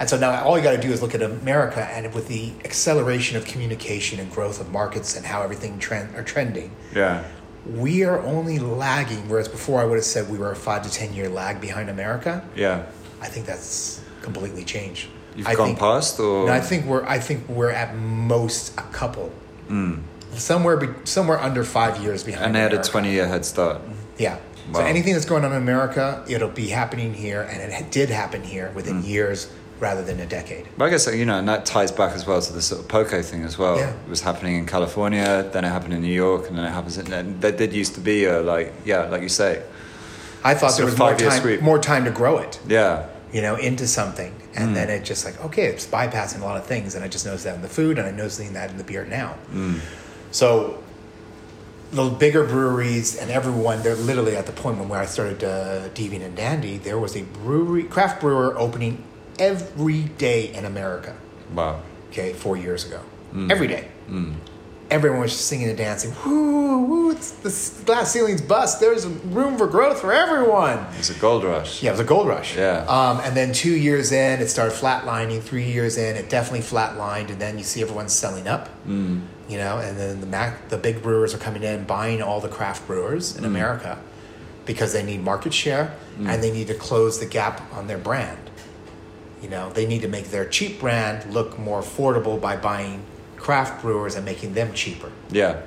Speaker 2: and so now all you got to do is look at america and with the acceleration of communication and growth of markets and how everything trend, are trending
Speaker 1: Yeah,
Speaker 2: we are only lagging whereas before i would have said we were a five to ten year lag behind america
Speaker 1: yeah.
Speaker 2: I think that's completely changed.
Speaker 1: You've
Speaker 2: I
Speaker 1: gone
Speaker 2: think,
Speaker 1: past, or
Speaker 2: No, I think we're I think we're at most a couple,
Speaker 1: Hmm.
Speaker 2: somewhere be, somewhere under five years behind.
Speaker 1: and they had a
Speaker 2: America.
Speaker 1: twenty year head start.
Speaker 2: Yeah.
Speaker 1: Wow.
Speaker 2: So anything that's going on in America, it'll be happening here, and it ha- did happen here
Speaker 1: Mm.
Speaker 2: within years rather than a decade.
Speaker 1: But I guess you know, and that ties back as well to the sort of poke thing as well.
Speaker 2: Yeah.
Speaker 1: It was happening in California, then it happened in New York, and then it happens. In, and there did used to be a like, yeah, like you say,
Speaker 2: I thought
Speaker 1: So
Speaker 2: there was more
Speaker 1: five-year
Speaker 2: time,
Speaker 1: sweep.
Speaker 2: more time to grow it,
Speaker 1: yeah,
Speaker 2: you know, into something,
Speaker 1: Mm.
Speaker 2: and then it just like okay, it's bypassing a lot of things, and I just noticed that in the food, and I'm noticing that in the beer now.
Speaker 1: Mm.
Speaker 2: So the bigger breweries and everyone, they're literally at the point when where I started uh, Deviant and Dandy, there was a brewery, craft brewer opening every day in America,
Speaker 1: wow,
Speaker 2: okay, four years ago. Every day. Everyone was singing and dancing. Woo, woo, it's, the s- glass ceiling's bust. There's room for growth for everyone.
Speaker 1: it's a gold rush.
Speaker 2: Yeah, it was a gold rush.
Speaker 1: Yeah.
Speaker 2: Um, and then two years in, it started flatlining. Three years in, it definitely flatlined. And then you see everyone selling up. Mm. You know, and then the Mac, the big brewers are coming in, buying all the craft brewers
Speaker 1: Mm.
Speaker 2: in America because they need market share and they need to close the gap on their brand. You know, they need to make their cheap brand look more affordable by buying craft brewers and making them cheaper
Speaker 1: yeah.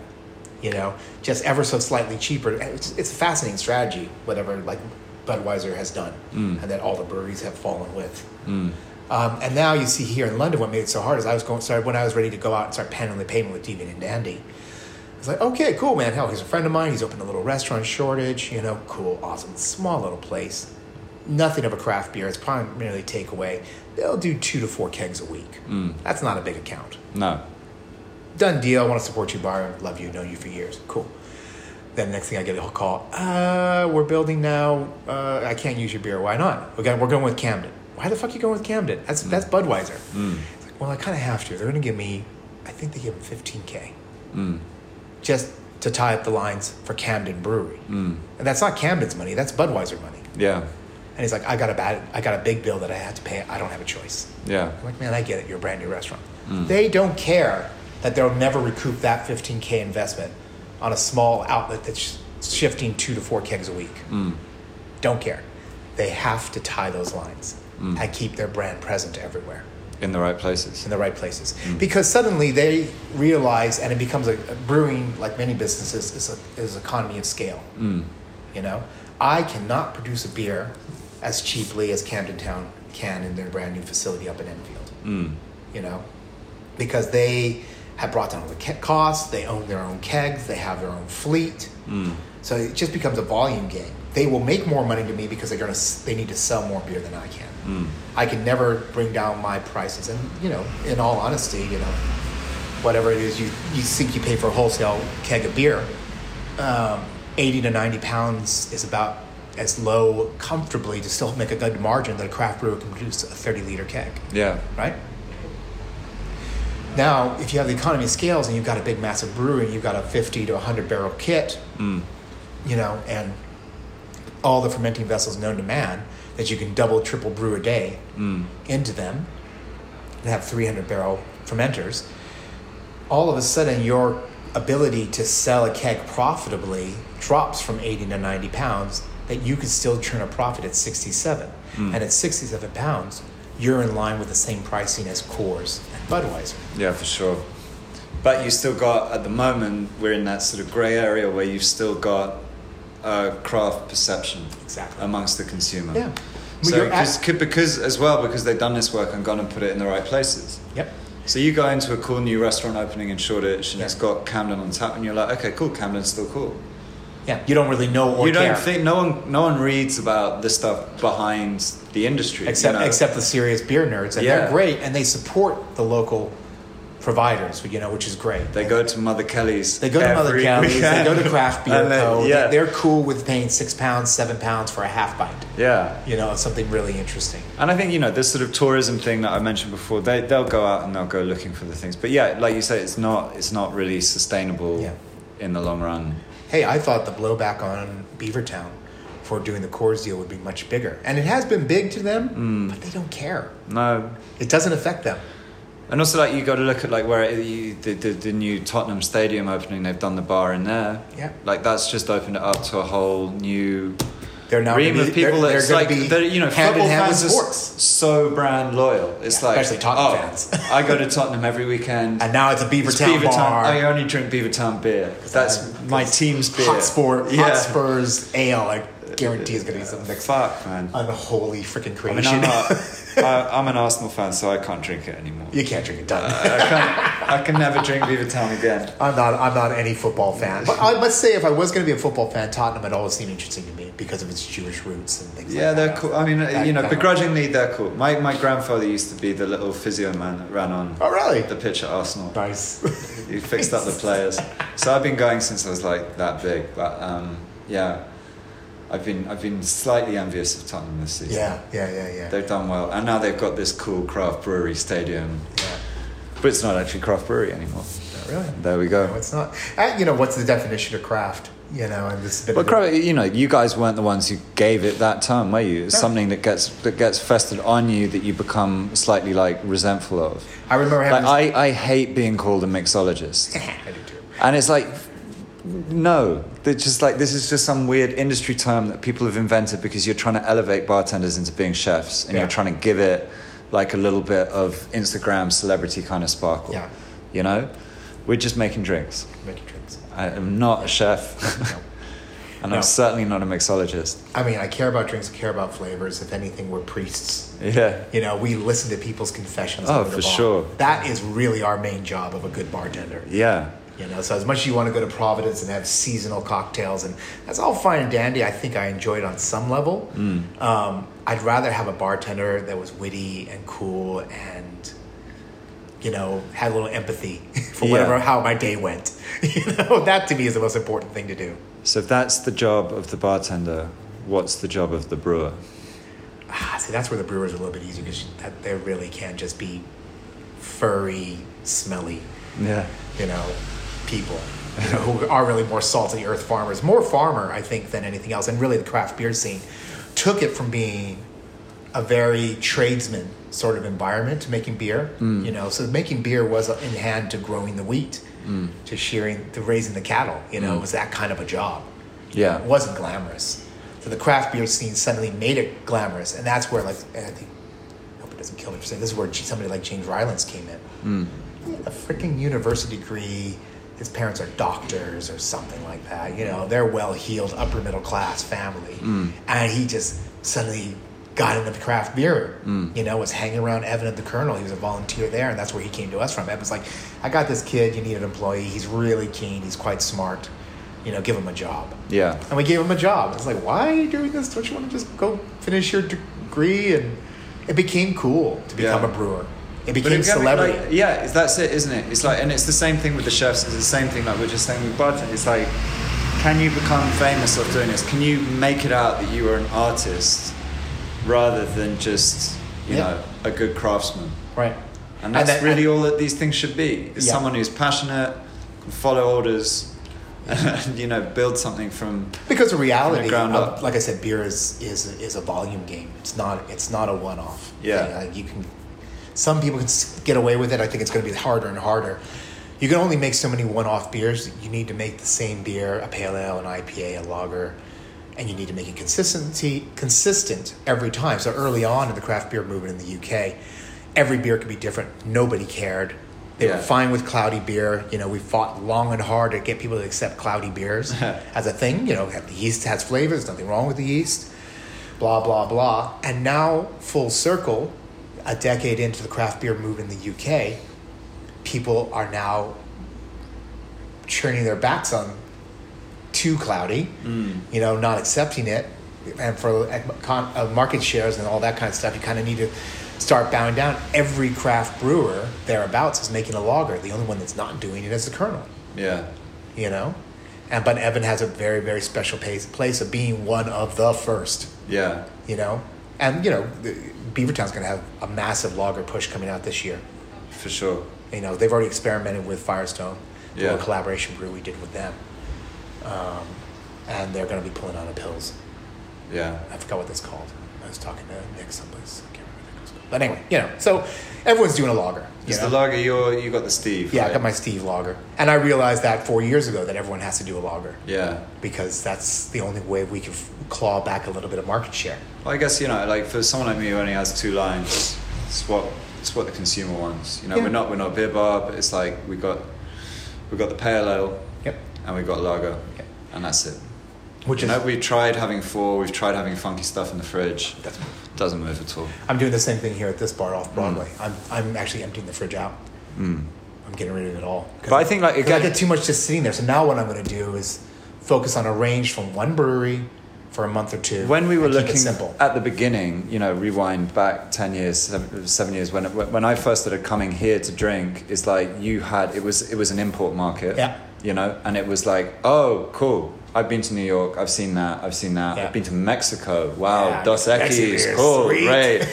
Speaker 2: you know, just ever so slightly cheaper. And It's, it's a fascinating strategy, whatever like Budweiser has done, and that all the breweries have fallen with. Um, and now you see here in London, what made it so hard is I was going sorry when I was ready to go out and start panning the pavement with Deviant and Dandy. I was like, okay, cool, man. Hell, he's a friend of mine. He's opened a little restaurant, Shortage. You know, cool, awesome, small little place. Nothing of a craft beer. It's primarily takeaway. They'll do two to four kegs a week. That's not a big account
Speaker 1: No,
Speaker 2: done deal. I want to support you, Byron. Love you, know you for years. Cool. Then next thing I get a call. Uh, we're building now. Uh, I can't use your beer. Why not? We got, we're going with Camden. Why the fuck you going with Camden? That's that's Budweiser. It's like, well, I kind of have to. They're going to give me. I think they give them 15k. Just to tie up the lines for Camden Brewery. And that's not Camden's money. That's Budweiser money.
Speaker 1: yeah,
Speaker 2: And he's like, I got a bad, I got a big bill that I had to pay. I don't have a choice.
Speaker 1: yeah.
Speaker 2: I'm like, man, I get it. You're a brand new restaurant. They don't care that they'll never recoup that 15K investment on a small outlet that's shifting two to four kegs a week. Don't care. They have to tie those lines and keep their brand present everywhere
Speaker 1: In the right places.
Speaker 2: in the right places. Because suddenly they realize, and it becomes a, a brewing, like many businesses, is a, is economy of scale. You know, I cannot produce a beer as cheaply as Camden Town can in their brand new facility up in Enfield.
Speaker 1: Mm.
Speaker 2: You know, because they have brought down the ke- costs, they own their own kegs, they have their own fleet.
Speaker 1: Mm.
Speaker 2: So it just becomes a volume game. They will make more money to me because they're gonna s- they need to sell more beer than I can.
Speaker 1: Mm.
Speaker 2: I can never bring down my prices, and you know, in all honesty, you know, whatever it is you you think you pay for a wholesale keg of beer, um, eighty to ninety pounds is about as low comfortably to still make a good margin that a craft brewer can produce a thirty liter keg
Speaker 1: Yeah,
Speaker 2: right? Now, if you have the economy of scales and you've got a big, massive brewery and you've got a 50 to 100 barrel kit,
Speaker 1: Mm.
Speaker 2: you know, and all the fermenting vessels known to man that you can double, triple brew a day
Speaker 1: Mm.
Speaker 2: into them and have 300 barrel fermenters, all of a sudden your ability to sell a keg profitably drops from 80 to 90
Speaker 1: Mm.
Speaker 2: pounds that you could still turn a profit at 67 and at 67 pounds you're in line with the same pricing as Coors and Budweiser.
Speaker 1: Yeah, for sure. But you still got at the moment we're in that sort of grey area where you've still got uh, craft perception
Speaker 2: Exactly.
Speaker 1: amongst the consumer.
Speaker 2: Yeah. Well,
Speaker 1: So
Speaker 2: you're at-
Speaker 1: cause, c- because as well because they've done this work and gone and put it in the right places.
Speaker 2: Yep.
Speaker 1: So you go into a cool new restaurant opening in Shoreditch and
Speaker 2: Yeah.
Speaker 1: it's got Camden on tap and you're like, okay, cool, Camden's still cool.
Speaker 2: Yeah. You don't really know or
Speaker 1: you
Speaker 2: care.
Speaker 1: don't think no one no one reads about the stuff behind the industry. you
Speaker 2: except
Speaker 1: know?
Speaker 2: except the serious beer nerds, and they're
Speaker 1: Yeah.
Speaker 2: great, and they support the local providers, you know, which is great.
Speaker 1: they go to Mother Kelly's.
Speaker 2: They go to Mother
Speaker 1: every
Speaker 2: Galleries, they
Speaker 1: weekend.
Speaker 2: go to Craft Beer
Speaker 1: And they-
Speaker 2: Co.
Speaker 1: Yeah,
Speaker 2: They're cool with paying six pounds, seven pounds for a half pint.
Speaker 1: yeah.
Speaker 2: You know, it's something really interesting.
Speaker 1: And I think you know this sort of tourism thing that I mentioned before. They they'll go out and they'll go looking for the things. But yeah, like you say, it's not it's not really sustainable
Speaker 2: Yeah.
Speaker 1: in the long run.
Speaker 2: Hey, I thought the blowback on Beavertown for doing the Coors deal would be much bigger. And it has been big to
Speaker 1: Hmm.
Speaker 2: them, but they don't care.
Speaker 1: No,
Speaker 2: It doesn't affect them.
Speaker 1: And also, like you got to look at like where it, you, the, the the new Tottenham Stadium opening. They've done the bar in there.
Speaker 2: Yeah.
Speaker 1: Like that's just opened it up to a whole new
Speaker 2: They're not
Speaker 1: ream
Speaker 2: gonna
Speaker 1: of
Speaker 2: be-
Speaker 1: people.
Speaker 2: they're-
Speaker 1: that's
Speaker 2: they're
Speaker 1: like
Speaker 2: gonna be
Speaker 1: they're, you know
Speaker 2: hand in
Speaker 1: football
Speaker 2: hand with
Speaker 1: fans are s-
Speaker 2: sports.
Speaker 1: so brand loyal. It's
Speaker 2: Yeah,
Speaker 1: like
Speaker 2: especially Tottenham
Speaker 1: oh,
Speaker 2: fans.
Speaker 1: I go to Tottenham every weekend.
Speaker 2: And now it's a
Speaker 1: It's
Speaker 2: Beavertown bar.
Speaker 1: I only drink Beavertown beer. That's my team's beer.
Speaker 2: Hot sport,
Speaker 1: Yeah.
Speaker 2: hot Spurs ale. I guarantee is going to be some next
Speaker 1: Fuck man.
Speaker 2: unholy freaking
Speaker 1: I mean,
Speaker 2: creation.
Speaker 1: I'm, not, I, I'm an Arsenal fan, so I can't drink it anymore.
Speaker 2: you can't drink it done.
Speaker 1: I, can't, I can never drink Beavertown again.
Speaker 2: I'm not. I'm not any football fan. But I must say, if I was going to be a football fan, Tottenham had always seemed interesting to me because of its Jewish roots and things.
Speaker 1: Yeah,
Speaker 2: like
Speaker 1: they're
Speaker 2: that.
Speaker 1: cool. I mean,
Speaker 2: That-
Speaker 1: you know,
Speaker 2: that-
Speaker 1: begrudgingly, they're cool. My, my grandfather used to be the little physio man that ran on
Speaker 2: Oh, really?
Speaker 1: the pitch at Arsenal.
Speaker 2: Nice.
Speaker 1: He fixed up the players. So I've been going since I was like that big. But um, yeah, I've been I've been slightly envious of Tottenham this season.
Speaker 2: yeah, yeah, yeah, yeah.
Speaker 1: They've done well, and now they've got this cool craft brewery stadium.
Speaker 2: yeah.
Speaker 1: But it's not actually craft brewery anymore.
Speaker 2: Not really.
Speaker 1: There we go.
Speaker 2: No, it's not. And, you know, what's the definition of craft? You know, and this has been. a
Speaker 1: Well,
Speaker 2: bit-
Speaker 1: craft, you know, you guys weren't the ones who gave it that term, were you? It's
Speaker 2: No.
Speaker 1: something that gets that gets festered on you that you become slightly like resentful of.
Speaker 2: I remember
Speaker 1: Like
Speaker 2: having.
Speaker 1: I, I hate being called a mixologist.
Speaker 2: I do too.
Speaker 1: And it's like no. They're just like this is just some weird industry term that people have invented because you're trying to elevate bartenders into being chefs and
Speaker 2: Yeah.
Speaker 1: you're trying to give it like a little bit of Instagram celebrity kind of sparkle.
Speaker 2: Yeah.
Speaker 1: You know? We're just making drinks.
Speaker 2: Making drinks.
Speaker 1: I am not a chef. and
Speaker 2: No.
Speaker 1: I'm certainly not a mixologist.
Speaker 2: I mean, I care about drinks. I care about flavors. If anything, we're priests.
Speaker 1: Yeah.
Speaker 2: You know, we listen to people's confessions.
Speaker 1: Oh,
Speaker 2: over
Speaker 1: for
Speaker 2: the bar.
Speaker 1: sure.
Speaker 2: That is really our main job of a good bartender.
Speaker 1: Yeah.
Speaker 2: You know, so as much as you want to go to Providence and have seasonal cocktails, and that's all fine and dandy. I think I enjoy it on some level.
Speaker 1: Mm.
Speaker 2: Um, I'd rather have a bartender that was witty and cool and, you know, had a little empathy for
Speaker 1: Yeah.
Speaker 2: whatever how my day went. You know, that to me is the most important thing to do.
Speaker 1: So if that's the job of the bartender, what's the job of the brewer?
Speaker 2: Ah, see, that's where the brewers are a little bit easier because that they really can just be furry, smelly,
Speaker 1: Yeah.
Speaker 2: you know, people you know, who are really more salt of the earth farmers, more farmer, I think, than anything else. And really, the craft beer scene took it from being a very tradesman sort of environment to making beer. You know, so making beer was in hand to growing the wheat, to shearing, to raising the cattle. You know, it was that kind of a job.
Speaker 1: Yeah.
Speaker 2: It wasn't glamorous. So the craft beer scene suddenly made it glamorous, and that's where like and I think I hope it doesn't kill me for saying this is where somebody like James Rylance came in. He had A freaking university degree. His parents are doctors or something like that. You know, they're well-heeled, upper middle class family, and he just suddenly got into the craft beer. You know, was hanging around Evan at the Colonel. He was a volunteer there, and that's where he came to us from. Evan was like, "I got this kid. You need an employee. He's really keen. He's quite smart. You know, give him a job."
Speaker 1: Yeah.
Speaker 2: and we gave him a job. It's like, why are you doing this? Don't you want to just go finish your degree? And it became cool to become
Speaker 1: Yeah.
Speaker 2: a brewer. It
Speaker 1: But
Speaker 2: became
Speaker 1: it can be
Speaker 2: celebrity.
Speaker 1: Like, yeah, it's- that's it, isn't it? It's like, and it's the same thing with the chefs. It's the same thing like we're just saying with bartenders. It's like, can you become famous off doing this? Can you make it out that you are an artist rather than just, you
Speaker 2: Yeah.
Speaker 1: know, a good craftsman?
Speaker 2: right.
Speaker 1: And that's
Speaker 2: then- uh,
Speaker 1: really all that these things should be. Is
Speaker 2: Yeah.
Speaker 1: someone who's passionate, can follow orders, and you know, build something from.
Speaker 2: because the reality,
Speaker 1: ground
Speaker 2: of-
Speaker 1: up.
Speaker 2: like I said, beer is, is is a volume game. It's not it's not a one off.
Speaker 1: Yeah.
Speaker 2: like you can. Some people can s- get away with it. I think it's going to be harder and harder. You can only make so many one off beers. You need to make the same beer, a pale ale, an IPA, a lager, and you need to make it consistency consistent every time. So early on in the craft beer movement in the UK, every beer could be different. Nobody cared. They
Speaker 1: Yeah.
Speaker 2: were fine with cloudy beer. You know, we fought long and hard to get people to accept cloudy beers as a thing. You know, the yeast has flavors. Nothing wrong with the yeast. Blah blah blah. And now, full circle, a decade into the craft beer movement in the UK, people are now turning their backs on too cloudy, you know, not accepting it, and for uh, con- uh, market shares and all that kind of stuff, you kind of need to start bowing down. Every craft brewer thereabouts is making a lager. The only one that's not doing it is the Colonel,
Speaker 1: Yeah.
Speaker 2: you know. And but Evan has a very very special place, place of being one of the first,
Speaker 1: Yeah.
Speaker 2: you know. And you know, the- Beavertown's going to have a massive lager push coming out this year.
Speaker 1: For sure.
Speaker 2: You know, they've already experimented with Firestone, the
Speaker 1: Yeah.
Speaker 2: little collaboration brew we did with them. Um, and they're going to be pulling out of pills.
Speaker 1: Yeah.
Speaker 2: I forgot what that's called. I was talking to Nick someplace. I can't remember what it was called. But anyway, you know, so everyone's doing a logger.
Speaker 1: Is the lager your? You got the Steve.
Speaker 2: yeah, I
Speaker 1: right?
Speaker 2: got my Steve logger. And I realized that four years ago that everyone has to do a logger
Speaker 1: Yeah.
Speaker 2: because that's the only way we can f- claw back a little bit of market share.
Speaker 1: Well, I guess you know, like for someone like me who only has two lines, it's what it's what the consumer wants. You know,
Speaker 2: Yeah.
Speaker 1: we're not we're not a beer bar, but it's like we got we got the pale ale
Speaker 2: Yep.
Speaker 1: and we got lager,
Speaker 2: Yep.
Speaker 1: and that's it.
Speaker 2: Which
Speaker 1: you
Speaker 2: is,
Speaker 1: know, we tried having four, we've tried having funky stuff in the fridge.
Speaker 2: That's-
Speaker 1: Doesn't move at all.
Speaker 2: I'm doing the same thing here at this bar
Speaker 1: Hmm.
Speaker 2: off Broadway. I'm, I'm actually emptying the fridge out. Mm. I'm getting rid of it all. 'Cause
Speaker 1: But I think, like,
Speaker 2: 'cause I
Speaker 1: again-
Speaker 2: get too much just sitting there. So now what I'm going to do is focus on a range from one brewery for a month or two.
Speaker 1: When we were
Speaker 2: and keep it
Speaker 1: looking
Speaker 2: simple.
Speaker 1: at the beginning, you know, rewind back 10 years, seven, seven years, when, when I first started coming here to drink, it's like you had, it was, it was an import market,
Speaker 2: Yeah.
Speaker 1: you know, and it was like, oh, cool. I've been to New York. I've seen that. I've seen that.
Speaker 2: Yeah.
Speaker 1: I've been to Mexico. Wow,
Speaker 2: Yeah,
Speaker 1: Dos
Speaker 2: Mexican
Speaker 1: Equis.
Speaker 2: beer,
Speaker 1: Cool,
Speaker 2: sweet.
Speaker 1: great,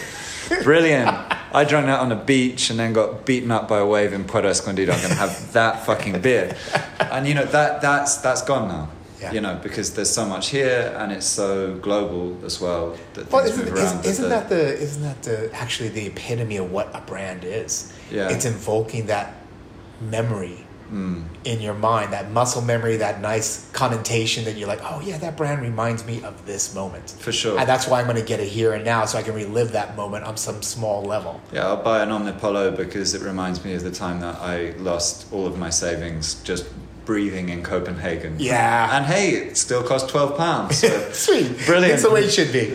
Speaker 1: brilliant. I drank that on a beach and then got beaten up by a wave in Puerto Escondido. I'm gonna have that fucking beer, and you know that that's that's gone now.
Speaker 2: Yeah.
Speaker 1: You know because there's so much here and it's so global as well that things
Speaker 2: Well, isn't,
Speaker 1: move
Speaker 2: isn't,
Speaker 1: around.
Speaker 2: isn't that the isn't that the actually the epitome of what a brand is?
Speaker 1: Yeah. Hmm.
Speaker 2: It's invoking that memory in your mind, that muscle memory, that nice connotation that you're like, oh yeah, that brand reminds me of this moment.
Speaker 1: For sure.
Speaker 2: And that's why I'm going to get it here and now, so I can relive that moment on some small level.
Speaker 1: yeah, I'll buy an Omnipolo because it reminds me of the time that I lost all of my savings just breathing in Copenhagen.
Speaker 2: Yeah.
Speaker 1: And hey, it still cost twelve pounds. So
Speaker 2: Sweet,
Speaker 1: Brilliant.
Speaker 2: It's the way it should be.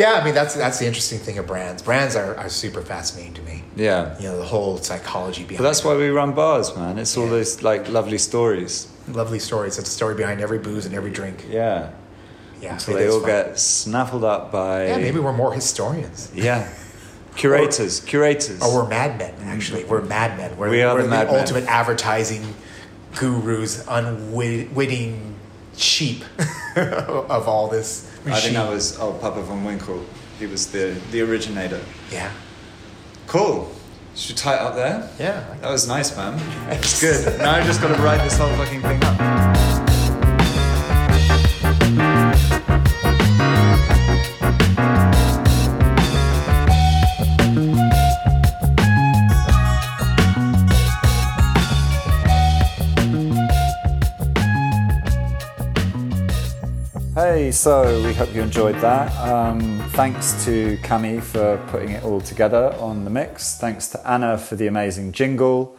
Speaker 2: yeah, I mean that's that's the interesting thing of brands. Brands are, are super fascinating to me.
Speaker 1: yeah.
Speaker 2: You know the whole psychology behind.
Speaker 1: But that's
Speaker 2: it.
Speaker 1: why we run bars, man. It's all
Speaker 2: Yeah.
Speaker 1: those like lovely stories.
Speaker 2: lovely stories. It's a story behind every booze and every drink.
Speaker 1: Yeah.
Speaker 2: Yeah,
Speaker 1: So
Speaker 2: it
Speaker 1: they
Speaker 2: is
Speaker 1: all
Speaker 2: fun.
Speaker 1: get snaffled up by
Speaker 2: Yeah, maybe we're more historians,
Speaker 1: Yeah. Curators, curators.
Speaker 2: or Oh, we're madmen. Actually, we're madmen. We're,
Speaker 1: We are
Speaker 2: we're
Speaker 1: the madmen.
Speaker 2: ultimate advertising gurus, unwitting sheep of all
Speaker 1: I
Speaker 2: this.
Speaker 1: think
Speaker 2: machine.
Speaker 1: that was oh Papa von Winkle. He was the the originator.
Speaker 2: Yeah,
Speaker 1: Cool. Should we tie it up there?
Speaker 2: yeah.
Speaker 1: That was nice, man. It's good. now I just got to write this whole fucking thing up. Hey, so we hope you enjoyed that. Um, thanks to Cami for putting it all together on the mix. Thanks to Anna for the amazing jingle.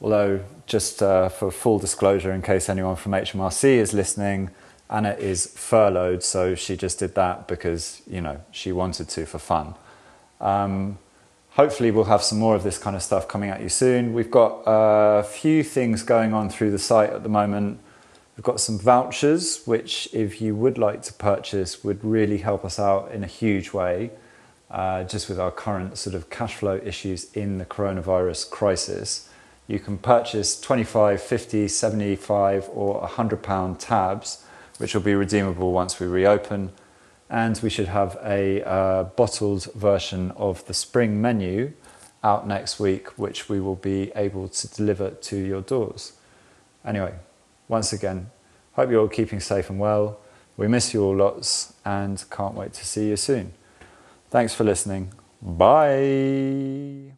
Speaker 1: Although, just uh, for full disclosure, in case anyone from HMRC is listening, Anna is furloughed, so she just did that because, you know, she wanted to for fun. Um, hopefully, we'll have some more of this kind of stuff coming at you soon. We've got a few things going on through the site at the moment. We've got some vouchers, which, if you would like to purchase, would really help us out in a huge way, uh, just with our current sort of cash flow issues in the coronavirus crisis. You can purchase 25, 50, 75, or 100 pound tabs, which will be redeemable once we reopen and we should have a uh, bottled version of the spring menu out next week, which we will be able to deliver to your doors. Anyway, once again, hope you're all keeping safe and well. We miss you all lots and can't wait to see you soon. Thanks for listening. Bye.